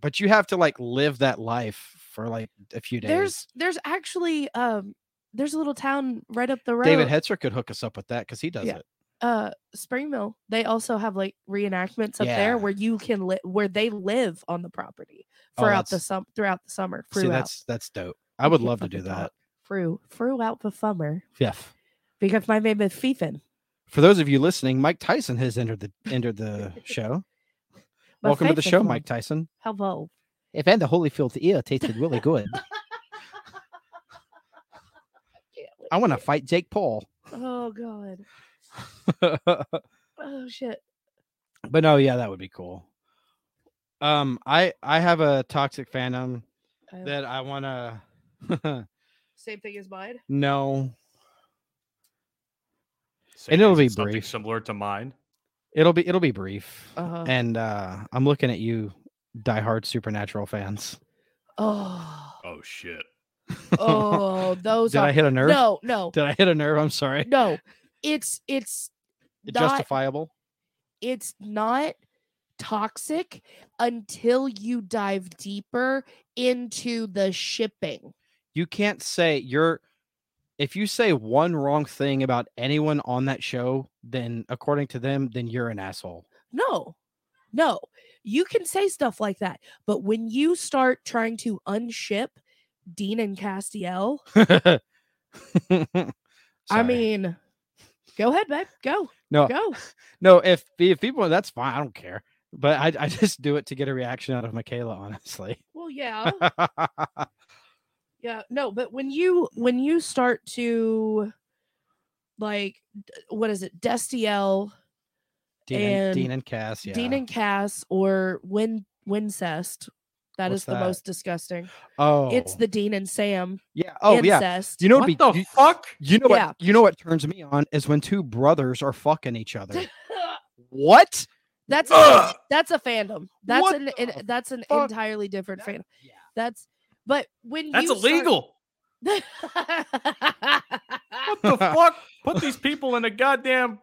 S3: But you have to like live that life for like a few days.
S4: There's there's actually um there's a little town right up the road.
S3: David Hetzer could hook us up with that because he does
S4: Yeah.
S3: it.
S4: uh Springmill. They also have like reenactments up
S3: Yeah.
S4: there where you can li- where they live on the property throughout the
S3: Oh, that's-
S4: sum throughout the summer. Throughout.
S3: See, that's that's dope. I would
S4: can't
S3: love to
S4: fucking
S3: do that.
S4: talk. Through throughout the summer
S3: Yeah.
S4: because my name is Fiefin.
S3: For those of you listening, Mike Tyson has entered the entered the show.
S4: My
S3: Welcome to the
S4: favorite
S3: show,
S4: one.
S3: Mike Tyson.
S4: Hello.
S3: If and the Holyfield ear tasted really good.
S4: Can't wait.
S3: I want to fight Jake Paul.
S4: Oh god.
S3: but
S4: Oh shit.
S3: no, yeah, that would be cool. Um, I I have a toxic fandom
S4: I-
S3: that I want to.
S4: same thing as mine.
S3: no,
S5: Say,
S3: And it'll
S5: is it
S3: be
S5: something
S3: brief.
S5: similar to mine.
S3: it'll be it'll be brief.
S4: Uh-huh.
S3: And uh I'm looking at you, diehard Supernatural fans.
S4: Oh.
S5: Oh shit!
S4: Oh, those
S3: Did
S4: are
S3: I hit a nerve?
S4: No, no.
S3: Did I hit a nerve? I'm sorry.
S4: No. It's it's not
S3: Justifiable.
S4: it's not toxic until you dive deeper into the shipping.
S3: You can't say you're. If you say one wrong thing about anyone on that show, then according to them, then you're an asshole.
S4: No, no, you can say stuff like that, but when you start trying to unship Dean and Castiel, I
S3: Sorry. Oh.
S4: mean, go ahead, babe, go,
S3: no,
S4: go.
S3: no. If if people, that's fine. I don't care. But I I just do it to get a reaction out of Michaela, honestly.
S4: Well, yeah, yeah, no, but when you when you start to like, d- what is it, Destiel,
S3: Dean and, Dean
S4: And
S3: and Cass. Yeah.
S4: Dean and Cass, or Win Wincest? That
S3: What's
S4: is the
S3: that?
S4: most disgusting.
S3: oh,
S4: It's the Dean and Sam
S3: yeah. Oh yeah.
S4: incest.
S3: You know
S5: what
S3: what? Be,
S5: the
S3: you,
S5: fuck?
S3: you know
S4: Yeah.
S3: what? You know what turns me on is when two brothers are fucking each other. what?
S4: That's
S5: Ugh.
S4: a, that's a fandom. That's
S3: What
S4: an,
S3: the
S4: an that's an
S3: fuck?
S4: entirely different fandom.
S3: yeah.
S4: That's but when
S5: That's
S4: you
S5: illegal.
S4: Start...
S5: What the fuck? Put these people in a goddamn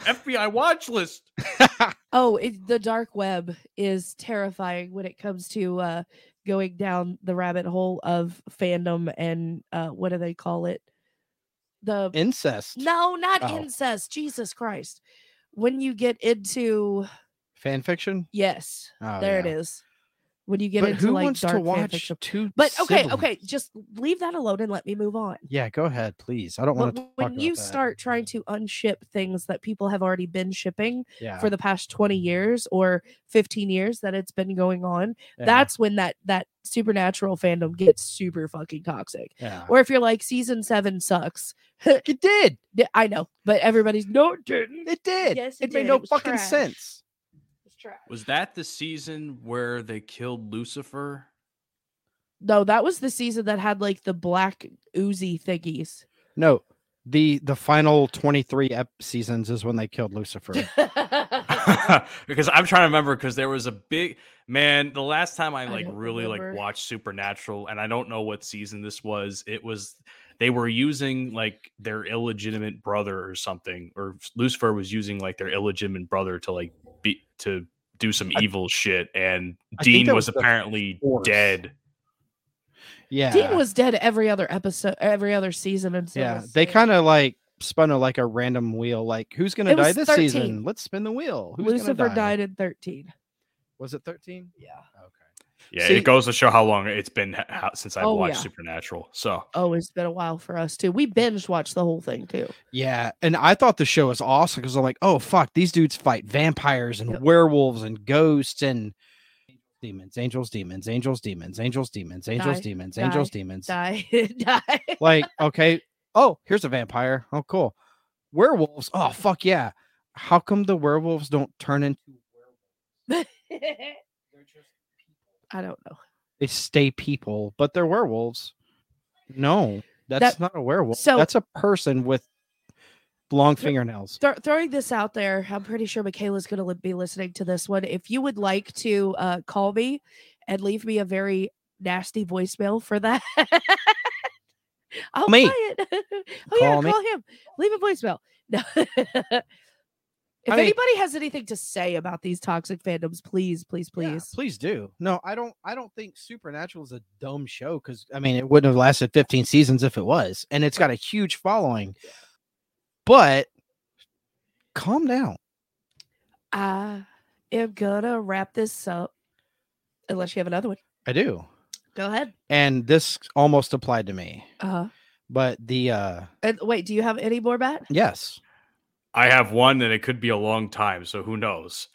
S5: FBI watch list.
S4: oh, it, the dark web is terrifying when it comes to uh, going down the rabbit hole of fandom and uh, what do they call it? The
S3: Incest.
S4: no, not
S3: Oh.
S4: incest. Jesus Christ! When you get into
S3: Fan fiction.
S4: yes,
S3: Oh,
S4: there
S3: yeah.
S4: it is. When you get
S3: But
S4: into
S3: who
S4: like
S3: wants
S4: dark
S3: to
S4: fan
S3: watch
S4: fiction-
S3: two?
S4: But okay,
S3: siblings?
S4: okay, just leave that alone and let me move on.
S3: Yeah, go ahead, please. I don't want
S4: But
S3: to.
S4: w- when you start trying to unship things that people have already been shipping
S3: yeah,
S4: for the past 20 years or 15 years that it's been going on,
S3: yeah,
S4: that's when that that supernatural fandom gets super fucking toxic.
S3: yeah.
S4: Or if you're like season 7 sucks.
S3: it did.
S4: Yeah, I know, but everybody's no it didn't.
S3: It did.
S4: Yes,
S3: it,
S4: it
S3: made
S4: did.
S3: no
S4: It was
S3: fucking
S4: trash.
S3: sense.
S4: It's trash.
S5: Was that the season where they killed Lucifer?
S4: No, that was the season that had like the black oozy thingies.
S3: No, the the final twenty three ep- seasons is when they killed Lucifer.
S5: because I'm trying to remember because there was a big man the last time I
S4: I
S5: like
S4: don't
S5: really
S4: remember.
S5: like watched Supernatural and I don't know what season this was it was they were using like their illegitimate brother or something or Lucifer was using like their illegitimate brother to like be to do some
S3: I-
S5: evil shit and
S3: I think
S5: Dean
S3: that
S5: was
S3: was the
S5: apparently
S3: fourth.
S5: dead
S3: yeah,
S4: Dean was dead every other episode, every other season. And so
S3: yeah.
S4: was
S3: They
S4: Sam.
S3: kind of like spun a like a random wheel. Like who's gonna
S4: It
S3: die
S4: was
S3: this
S4: 13.
S3: season? Let's spin the wheel. Who's gonna
S4: Lucifer
S3: die?
S4: died in 13.
S3: Was it thirteen?
S4: Yeah.
S3: Okay.
S5: yeah
S3: See-
S5: it goes to show how long it's been h- how, since I've
S4: Oh,
S5: watched
S4: yeah.
S5: Supernatural so
S4: Oh, it's been a while for us too. We binge watched the whole thing too.
S3: Yeah, and I thought the show was awesome because I'm like, oh fuck, these dudes fight vampires and
S4: Yep.
S3: werewolves and ghosts and demons, angels, demons, angels, demons, angels, demons, angels,
S4: Die,
S3: demons,
S4: die,
S3: angels, demons.
S4: Die, die.
S3: Like, okay, oh, here's a vampire. Oh, cool. Werewolves. Oh fuck yeah. How come the werewolves don't turn into
S4: I don't know.
S3: they stay people, but they're werewolves? No, that's not a werewolf.
S4: so-
S3: that's a person with long
S4: They're-
S3: fingernails.
S4: Thro- throwing this out there, I'm pretty sure Michaela's going to be listening to this one. If you would like to uh, call me and leave me a very nasty voicemail for that, I'll
S3: Me.
S4: play it. oh yeah,
S3: Call me.
S4: call him. Leave a voicemail. No. if
S3: mean-
S4: anybody has anything to say about these toxic fandoms, please, please,
S3: Yeah,
S4: please.
S3: please do. No, I don't. I don't think Supernatural is a dumb show because I mean it wouldn't have lasted 15 seasons if it was, and it's got a huge following. But calm down.
S4: I am gonna wrap this up. Unless you have another one.
S3: I do,
S4: Go ahead.
S3: and this almost applied to me.
S4: Uh
S3: But the uh
S4: and wait, do you have any more, Matt?
S3: yes,
S5: I have one, and it could be a long time, so who knows?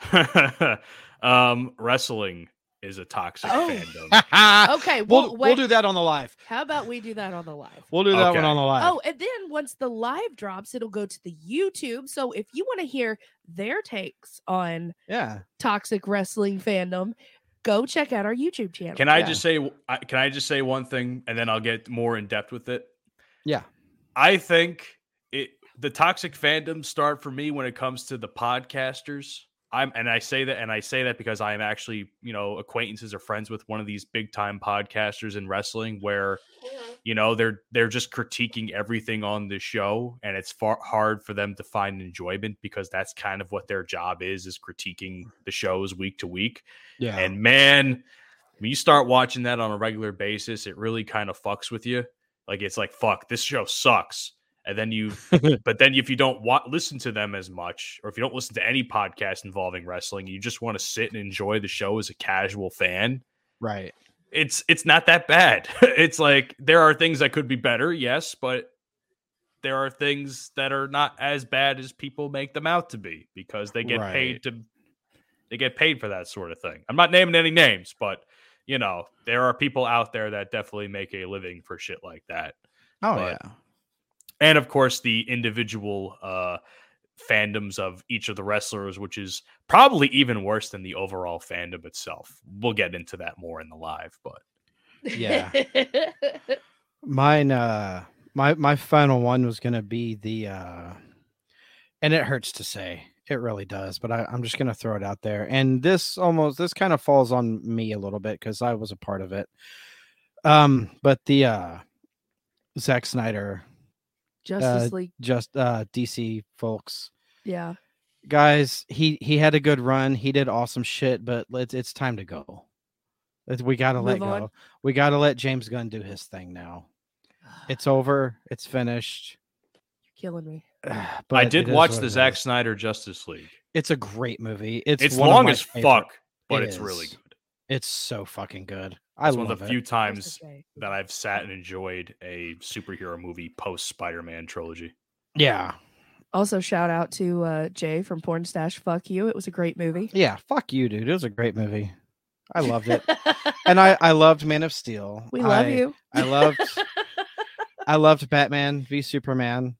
S5: um, wrestling is a toxic
S4: Oh.
S5: fandom.
S3: we'll,
S4: Okay, well,
S3: we'll,
S4: wait.
S3: do that on the live.
S4: How about we do that on the live?
S3: We'll do that one
S5: Okay.
S3: on the live.
S4: Oh, and then once the live drops, it'll go to the YouTube. So if you want to hear their takes on
S3: yeah.
S4: toxic wrestling fandom, go check out our YouTube channel.
S5: Can I
S3: Yeah.
S5: just say? I- Can I just say one thing, and then I'll get more in depth with it.
S3: Yeah.
S5: I think it the toxic fandom start for me when it comes to the podcasters. I'm and I say that and I say that because I am actually, you know, acquaintances or friends with one of these big time podcasters in wrestling where you know they're they're just critiquing everything on the show and it's far hard for them to find enjoyment because that's kind of what their job is is critiquing the shows week to week.
S3: Yeah.
S5: And man, when you start watching that on a regular basis, it really kind of fucks with you. Like it's like fuck, this show sucks. And then you, but then if you don't wa- listen to them as much, or if you don't listen to any podcast involving wrestling, you just want to sit and enjoy the show as a casual fan.
S3: right.
S5: It's it's not that bad. it's like there are things that could be better, yes, but there are things that are not as bad as people make them out to be because they get
S3: Right.
S5: paid to they get paid for that sort of thing. I'm not naming any names, but you know, there are people out there that definitely make a living for shit like that
S3: Oh
S5: But-
S3: yeah.
S5: and of course the individual uh fandoms of each of the wrestlers which is probably even worse than the overall fandom itself we'll get into that more in the live but
S3: Yeah. Mine uh my my final one was gonna be the uh and it hurts to say it really does, but I, I'm just gonna throw it out there. And this almost this kind of falls on me a little bit because I was a part of it. Um, but the uh Zack Snyder,
S4: Justice League.
S3: just uh DC folks,
S4: Yeah.
S3: guys, he he had a good run, he did awesome shit, but let's it's time to go. Let's- We gotta let
S4: Move on.
S3: go. We gotta let James Gunn do his thing now. It's over. It's finished.
S4: You're killing me.
S3: but
S5: i
S3: it
S5: did
S3: is
S5: watch
S3: what
S5: the
S3: it
S5: zack
S3: is.
S5: snyder justice league
S3: It's a great movie. It's,
S5: it's,
S3: one of
S5: long
S3: my
S5: as
S3: favorite-
S5: fuck but
S3: It
S5: it's really
S3: is.
S5: good
S3: It's so fucking good. I
S5: it's
S3: love
S5: one of the
S3: it.
S5: few times
S4: Okay.
S5: that i've sat and enjoyed a superhero movie post spider-man trilogy
S3: Yeah,
S4: Also, shout out to uh, Jay from Porn Stash. Fuck you. It was a great movie.
S3: yeah. Fuck you, dude. It was a great movie. I loved it, and I I loved Man of Steel.
S4: we love
S3: I-
S4: you.
S3: I loved. I loved Batman v Superman.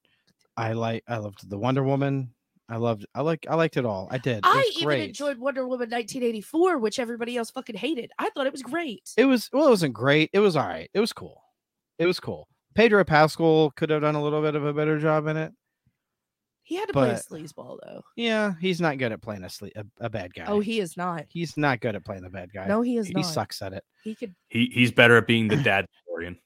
S3: I like. I loved the Wonder Woman. I loved. I like. I liked it all. I did. It
S4: I
S3: was
S4: even
S3: great.
S4: enjoyed Wonder Woman 1984, which everybody else fucking hated. I thought it was great.
S3: it was well it wasn't great it was all right it was cool it was cool pedro pascal could have done a little bit of a better job in it
S4: he had to play a
S3: but-
S4: sleazeball though.
S3: yeah he's not good at playing a, sle- a, a bad guy
S4: Oh, he is not.
S3: he's not good at playing the bad guy
S4: No, he is
S3: he
S4: not.
S3: sucks at it
S4: He could.
S5: he, he's better at being the dad Mandalorian.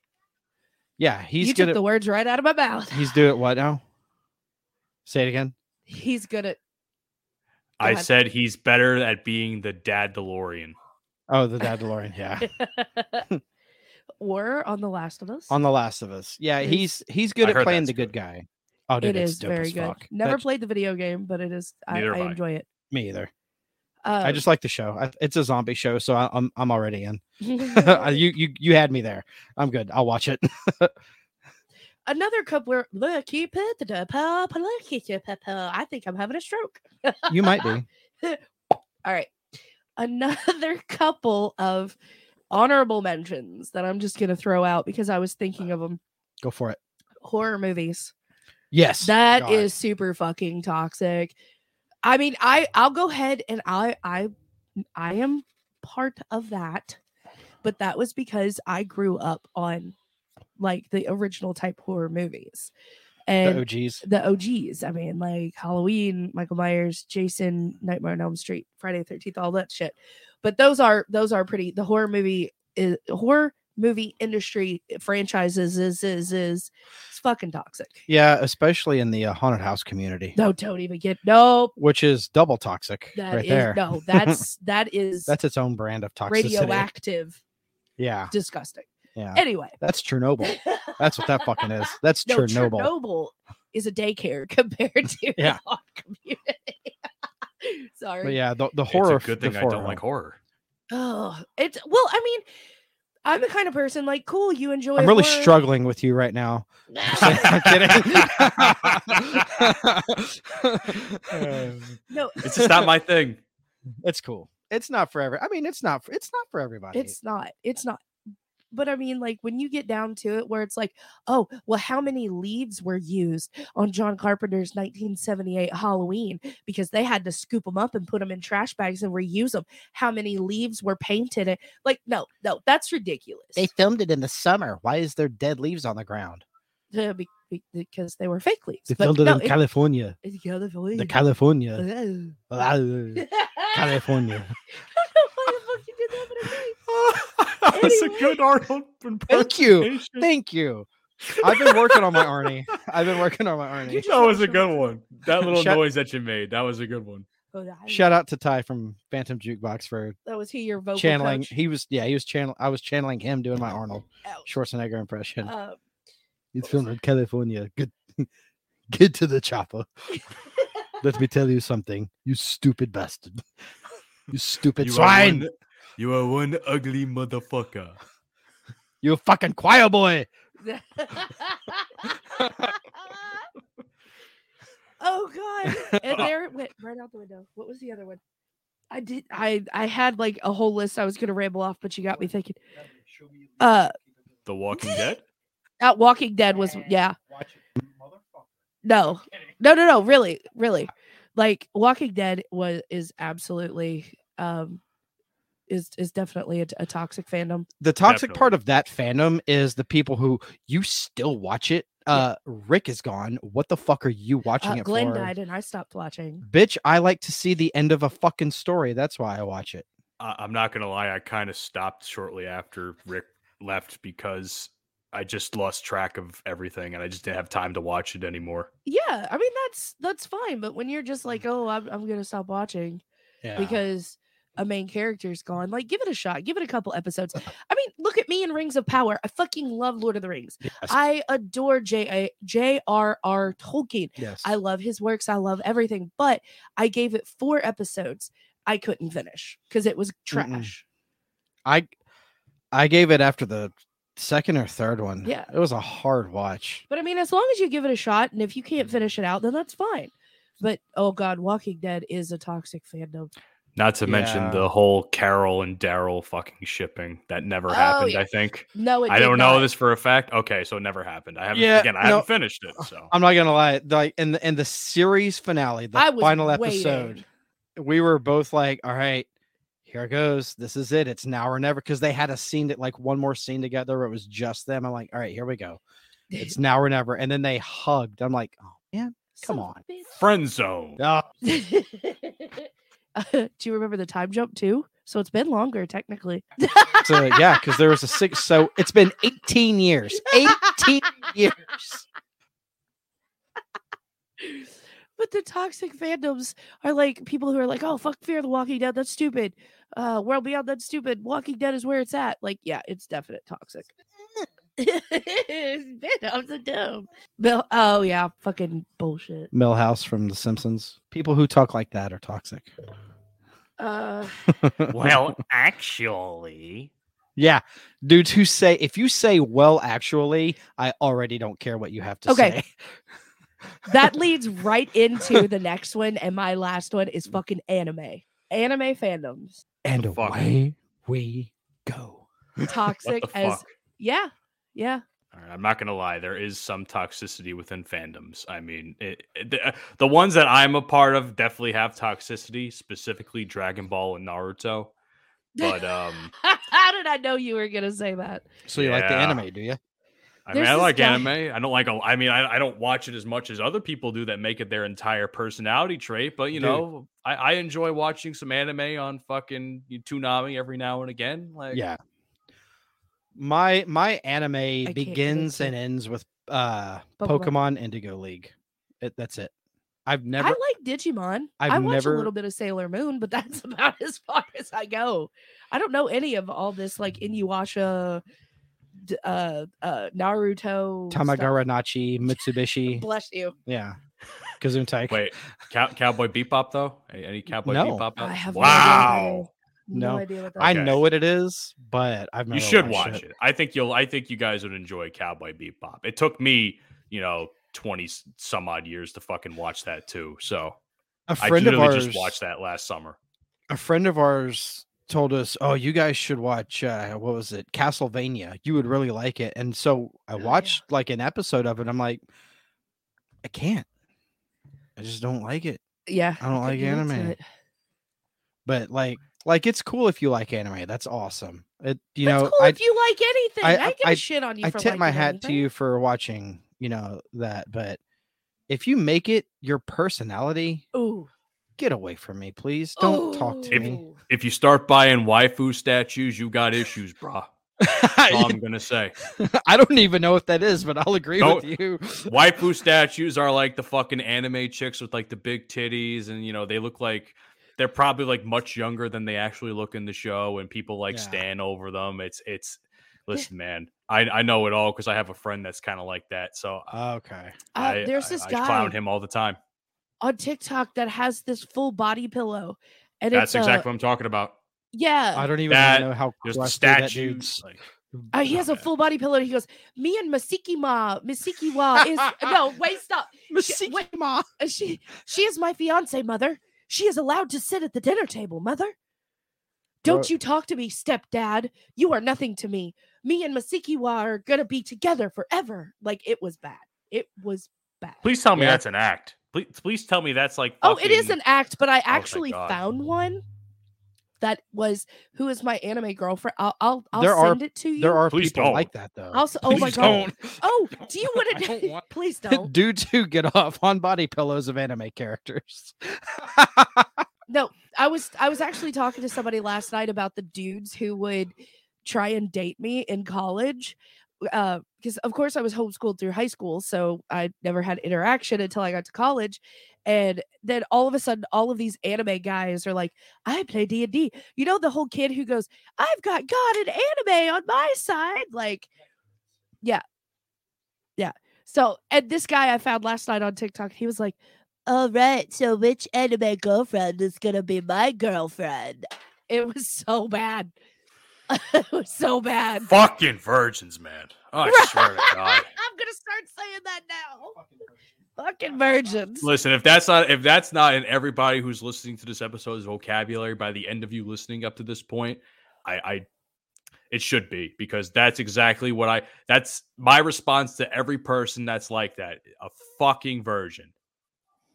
S3: yeah he's
S4: you
S3: good
S4: took
S3: at
S4: the words right out of my mouth.
S3: he's doing at what now say it again
S4: He's good at.
S5: i
S4: God.
S5: said he's better at being the dad delorean
S3: oh the dad delorean yeah
S4: or on The Last of Us.
S3: on the last of us yeah
S4: It's-
S3: he's he's
S5: I
S3: good at
S5: heard
S3: playing
S5: that's
S3: the good,
S5: good.
S3: guy oh dude
S4: it
S3: it's
S4: is
S3: dope
S4: very
S3: as
S4: good.
S3: fuck.
S4: Never
S3: That's-
S4: played the video game, but it is. I,
S5: Neither have
S4: I
S5: I.
S4: enjoy it.
S3: me either
S4: Um,
S3: i just like the show I, it's a zombie show so I, i'm i'm already in
S4: Um,
S3: you you you had me there i'm good i'll watch it
S4: another couple. were- Look, you put the da- pa- pa- look at you, pa- pa. I think I'm having a stroke.
S3: you might be
S4: All right, another couple of honorable mentions that I'm just gonna throw out because I was thinking of them.
S3: Go for it.
S4: Horror movies.
S3: Yes.
S4: That is
S3: God.
S4: super fucking toxic. I mean, I I'll go ahead and I I I am part of that, but that was because I grew up on like the original type horror movies and
S3: the OGs.
S4: the OGs. I mean, like Halloween, Michael Myers, Jason, Nightmare on Elm Street, Friday the Thirteenth, all that shit. But those are those are pretty. The horror movie is horror movie industry eh, franchises is is is it's fucking toxic.
S3: Yeah, especially in the uh, haunted house community,
S4: No, don't even get nope.
S3: which is double toxic
S4: That is
S3: right there.
S4: no, that's that is
S3: That's its own brand of toxicity.
S4: radioactive,
S3: Yeah,
S4: disgusting.
S3: yeah.
S4: Anyway,
S3: That's Chernobyl. That's what that fucking is. That's
S4: no,
S3: Chernobyl.
S4: Chernobyl is a daycare compared to
S3: Yeah.
S4: the haunt community. Sorry.
S3: But yeah, the, the
S5: It's
S3: horror.
S5: a good
S3: the
S5: thing I don't
S3: horror.
S5: like horror.
S4: Oh, it's well. I mean, I'm the kind of person like, cool, you enjoy.
S3: I'm really
S4: horror.
S3: struggling with you right now. I'm kidding.
S4: No,
S5: It's just not my thing.
S3: Um, it's cool. It's not for every. I mean, it's not. It's not for everybody.
S4: it's not. It's not. But I mean, like when you get down to it, where it's like, oh, well, how many leaves were used on John Carpenter's 1978 Halloween because they had to scoop them up and put them in trash bags and reuse them? How many leaves were painted? And, like, no, no, that's ridiculous.
S3: filmed it in the summer. Why is there dead leaves on the ground?
S4: Uh, be- be- because they were fake leaves.
S3: They
S4: But
S3: filmed it
S4: no,
S3: in California.
S4: it's California.
S3: The California.
S4: California.
S3: California.
S4: I don't know why the fuck you did that, but okay.
S5: that was a good Arnold.
S3: Thank you.
S5: impersonation.
S3: Thank you. I've been working on my Arnie. I've been working on my Arnie.
S5: That was a good one. That little
S3: Shut-
S5: noise that you made, that was a good one.
S4: Oh, that-
S3: Shout out to Ty from Phantom Jukebox for
S4: That was he, your vocal
S3: channeling.
S4: coach.
S3: He was yeah, he was channel. I was channeling him doing my Arnold
S4: Ouch.
S3: Schwarzenegger impression.
S4: Um,
S3: it's filmed in California. Good, get to the chopper. Let me tell you something, you stupid bastard. You stupid swine.
S5: Are one, you are one ugly motherfucker.
S3: You fucking choir boy.
S4: oh god! And there it went right out the window. What was the other one? I did. I I had like a whole list. I was gonna ramble off, but you got me thinking. Uh,
S5: The Walking Dead?
S4: that Walking Dead was yeah. No, no, no, no. Really, really, like Walking Dead was is absolutely um is is definitely a, a toxic fandom.
S3: The toxic part of that fandom is the people who you still watch it. Uh, Rick is gone. What the fuck are you watching
S4: Uh,
S3: it
S4: Glenn
S3: for?
S4: died, and I stopped watching.
S3: Bitch, I like to see the end of a fucking story. That's why I watch it.
S5: I, I'm not gonna lie, I kind of stopped shortly after Rick left because I just lost track of everything and I just didn't have time to watch it anymore.
S4: yeah i mean that's that's fine but when you're just like oh i'm, I'm gonna stop watching
S3: Yeah.
S4: because a main character's gone like give it a shot give it a couple episodes i mean look at me in rings of power i fucking love lord of the rings
S3: yes.
S4: i adore J- j.r.r tolkien
S3: yes.
S4: i love his works i love everything but i gave it four episodes i couldn't finish because it was trash
S3: I I gave it after the second or third one.
S4: Yeah.
S3: It was a hard watch.
S4: but i mean as long as you give it a shot and if you
S3: Mm-hmm.
S4: can't finish it out then that's fine but oh god walking dead is a toxic fandom
S5: Not to mention
S3: Yeah.
S5: the whole Carol and Daryl fucking shipping that never
S4: Oh,
S5: happened,
S4: yeah.
S5: I think.
S4: no it
S5: I
S4: did
S5: don't
S4: not.
S5: know this for a fact. Okay, so it never happened. I haven't
S3: Yeah,
S5: again, I
S3: no.
S5: haven't finished it. So
S3: I'm not gonna lie, like in the in the series finale, the
S4: I was
S3: final
S4: waiting.
S3: episode, we were both like, All right, here goes. This is it. It's now or never. Because they had a scene that like one more scene together where it was just them. I'm like, all right, here we go. It's now or never. And then they hugged. I'm like, oh man, come
S4: Son of
S3: on.
S4: a bitch.
S5: friend zone.
S3: Oh,
S4: Uh, Do you remember the time jump too? So it's been longer technically.
S3: so yeah, because there was a six so it's been 18 years. 18 years.
S4: But the toxic fandoms are like people who are like, "Oh fuck, Fear the Walking Dead, that's stupid. Uh, World Beyond, that's stupid. Walking Dead is where it's at." Like, yeah, it's definite toxic. it's been up the dome. Bill, oh yeah, fucking bullshit.
S3: Millhouse from The Simpsons. People who talk like that are toxic.
S4: Uh,
S5: Well, actually,
S3: yeah, dudes who say if you say well actually, I already don't care what you have to
S4: Okay.
S3: say.
S4: that leads right into the next one, and my last one is fucking anime. Anime fandoms.
S3: And
S5: Fuck.
S3: away we go.
S4: toxic
S5: what the
S4: as
S5: fuck?
S4: yeah yeah
S5: All right, I'm not gonna lie. There is some toxicity within fandoms. I mean, it, it- the, uh, the ones that I'm a part of definitely have toxicity, specifically Dragon Ball and Naruto. But um,
S4: how did i know you were gonna say that
S3: So you like the
S5: Yeah.
S3: anime, do you?
S5: I
S4: There's
S5: mean, I
S4: this
S5: like
S4: guy-
S5: anime. I don't like. a- I mean, I, I don't watch it as much as other people do that make it their entire personality trait. But you
S3: Dude.
S5: know, I, I enjoy watching some anime on fucking Toonami every now and again. Like,
S3: Yeah. My my anime
S4: can't get
S3: begins
S4: into
S3: and ends with uh
S4: Bubble Bubble.
S3: Pokemon Indigo League. It, that's it. I've never
S4: I like Digimon. i
S3: I've
S4: watch
S3: never-
S4: a little bit of Sailor Moon, but that's about as far as I go. I don't know any of all this like Inuyasha, d- uh, uh, Naruto. stuff.
S3: Tamagara Nachi Mitsubishi.
S4: Bless you.
S3: yeah. Kazoon Tyke.
S5: Wait, cow- Cowboy Bebop though? Any, any Cowboy
S3: No.
S5: Bebop?
S4: I have no idea
S5: wow.
S4: No,
S3: Oh, No,
S4: idea what that
S3: I
S5: Okay.
S3: know what it is, but I've never
S5: you should
S3: watched
S5: watch it. I think you'll. I think you guys would enjoy Cowboy Bebop. It took me, you know, twenty s- some odd years to fucking watch that too. So
S3: A
S5: I
S3: friend of
S5: literally
S3: ours
S5: just watched that last summer.
S3: a friend of ours told us, "Oh, you guys should watch uh, what was it, Castlevania? You would really like it." And so I
S4: Oh, yeah.
S3: watched like an episode of it. I'm like, I can't. I just don't like it.
S4: Yeah.
S3: I don't like
S4: couldn't get into
S3: anime.
S4: it.
S3: But like, like it's cool if you like anime. That's awesome. It you
S4: That's
S3: know,
S4: cool
S3: I
S4: if you like anything.
S3: I-
S4: I, give a
S3: I-
S4: shit on you.
S3: I
S4: for
S3: tip my
S4: liking
S3: hat to
S4: anything.
S3: you for watching. You know that, but if you make it your personality,
S4: Ooh.
S3: get away from me, please. Don't talk to
S5: If-
S3: me.
S4: Ooh.
S5: If you start buying waifu statues, you got issues, brah. That's all I'm gonna say.
S3: I don't even know what that is, but I'll agree with
S5: Don't-
S3: you.
S5: Waifu statues are like the fucking anime chicks with like the big titties, and you know they look like they're probably like much younger than they actually look in the show, and people like
S3: Yeah.
S5: stand over them. It's it's listen, man, I I know it all because I have a friend that's kind of like that. So I,
S3: Okay.
S4: Uh,
S5: I-
S4: there's
S5: I-
S4: this
S5: I
S4: guy
S5: clown him all the time.
S4: on TikTok that has this full body pillow, and
S5: That's
S4: it's
S5: exactly
S4: a,
S5: what I'm talking about.
S4: yeah.
S3: I don't even
S5: That-
S3: know how
S5: There's the
S3: crusty Oh, that
S5: statues.
S3: dude's-
S5: like-
S4: Uh, he has a
S5: Okay.
S4: full body pillow. And he goes, "Me and Masiki Ma, Masiki Wa is no wait stop. Shit, wait.
S3: Masikima.
S4: Uh, She she is my fiance, mother. She is allowed to sit at the dinner table, mother. Don't
S3: Right.
S4: you talk to me, stepdad. You are nothing to me. Me and Masiki Wa are gonna be together forever. Like it was bad. It was bad.
S5: Please tell me
S3: Yeah.
S5: that's an act. Please, please tell me that's like.
S4: Oh, it is
S5: fucking-
S4: an act, but I actually
S5: God.
S4: found one that was who is my anime girlfriend. I'll I'll, I'll
S3: There are-
S4: send it to you.
S3: There are
S5: Please
S3: people
S5: don't.
S3: like that though.
S4: I'll, s- oh my
S3: Please
S4: god.
S3: don't.
S4: Oh, do you
S3: I
S4: want
S3: don't
S4: to?
S3: want-
S4: Please don't.
S3: Dudes who get off on body pillows of anime characters.
S4: No, I was I was actually talking to somebody last night about the dudes who would try and date me in college. Because uh, of course I was homeschooled through high school, so I never had interaction until I got to college, and then all of a sudden, all of these anime guys are like, "I play D and D." You know, the whole kid who goes, "I've got God and anime on my side," like, yeah, yeah. So, and this guy I found last night on TikTok, he was like. All right, so which anime girlfriend is gonna be my girlfriend? It was so bad. it was so bad.
S5: fucking virgins, man. Oh, I swear to God.
S4: I'm gonna start saying that now. Fucking virgins.
S5: Listen, if that's not if that's not in everybody who's listening to this episode's vocabulary by the end of you listening up to this point, I, I it should be because that's exactly what I that's my response to every person that's like that. A fucking virgin.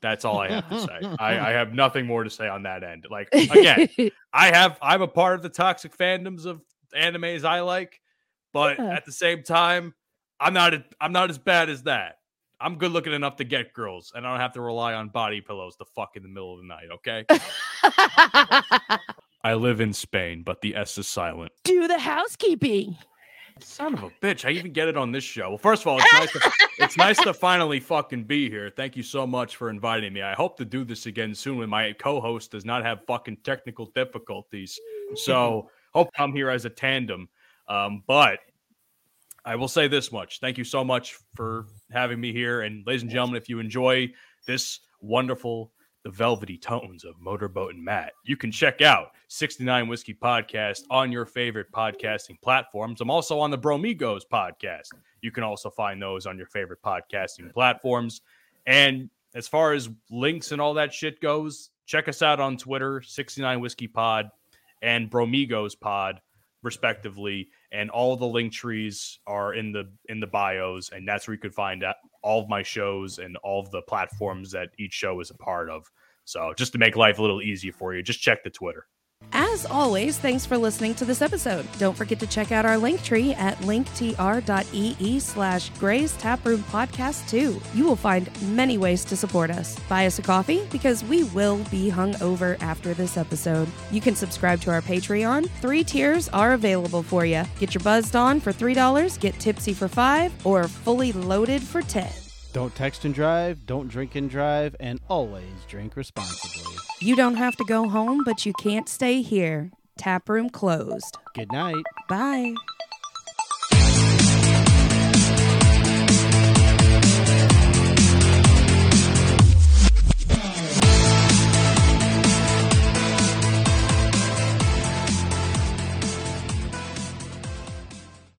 S5: That's all I have to say. I, I have nothing more to say on that end. Like again, I have I'm a part of the toxic fandoms of animes I like, but
S4: Yeah.
S5: at the same time, I'm not a, I'm not as bad as that. I'm good looking enough to get girls, and I don't have to rely on body pillows to fuck in the middle of the night. Okay, I live in Spain, but the S is silent.
S4: Do the housekeeping.
S5: Son of a bitch! I even get it on this show. Well, first of all, it's nice to, it's nice to finally fucking be here. Thank you so much for inviting me. I hope to do this again soon when my co-host does not have fucking technical difficulties. So hope I'm here as a tandem. Um, but I will say this much: thank you so much for having me here. And ladies and gentlemen, if you enjoy this wonderful, the velvety tones of Motorboat and Matt, you can check out 69 Whiskey Podcast on your favorite podcasting platforms. I'm also on the Bromigos podcast. You can also find those on your favorite podcasting platforms. And as far as links and all that shit goes, check us out on Twitter, 69 Whiskey Pod and Bromigos Pod, respectively. And all the link trees are in the in the bios, and that's where you could find out all of my shows and all of the platforms that each show is a part of. So just to make life a little easier for you, just check the Twitter.
S1: As As always, thanks for listening to this episode. Don't forget to check out our link tree at linktr.ee slash Gray's Taproom Podcast 2. You will find many ways to support us. Buy us a coffee because we will be hung over after this episode. You can subscribe to our Patreon. Three tiers are available for you. Get your buzzed on for $3, get tipsy for 5 or fully loaded for 10
S3: Don't text and drive, don't drink and drive, and always drink responsibly.
S1: You don't have to go home, but you can't stay here. Taproom closed.
S3: Good night.
S1: Bye.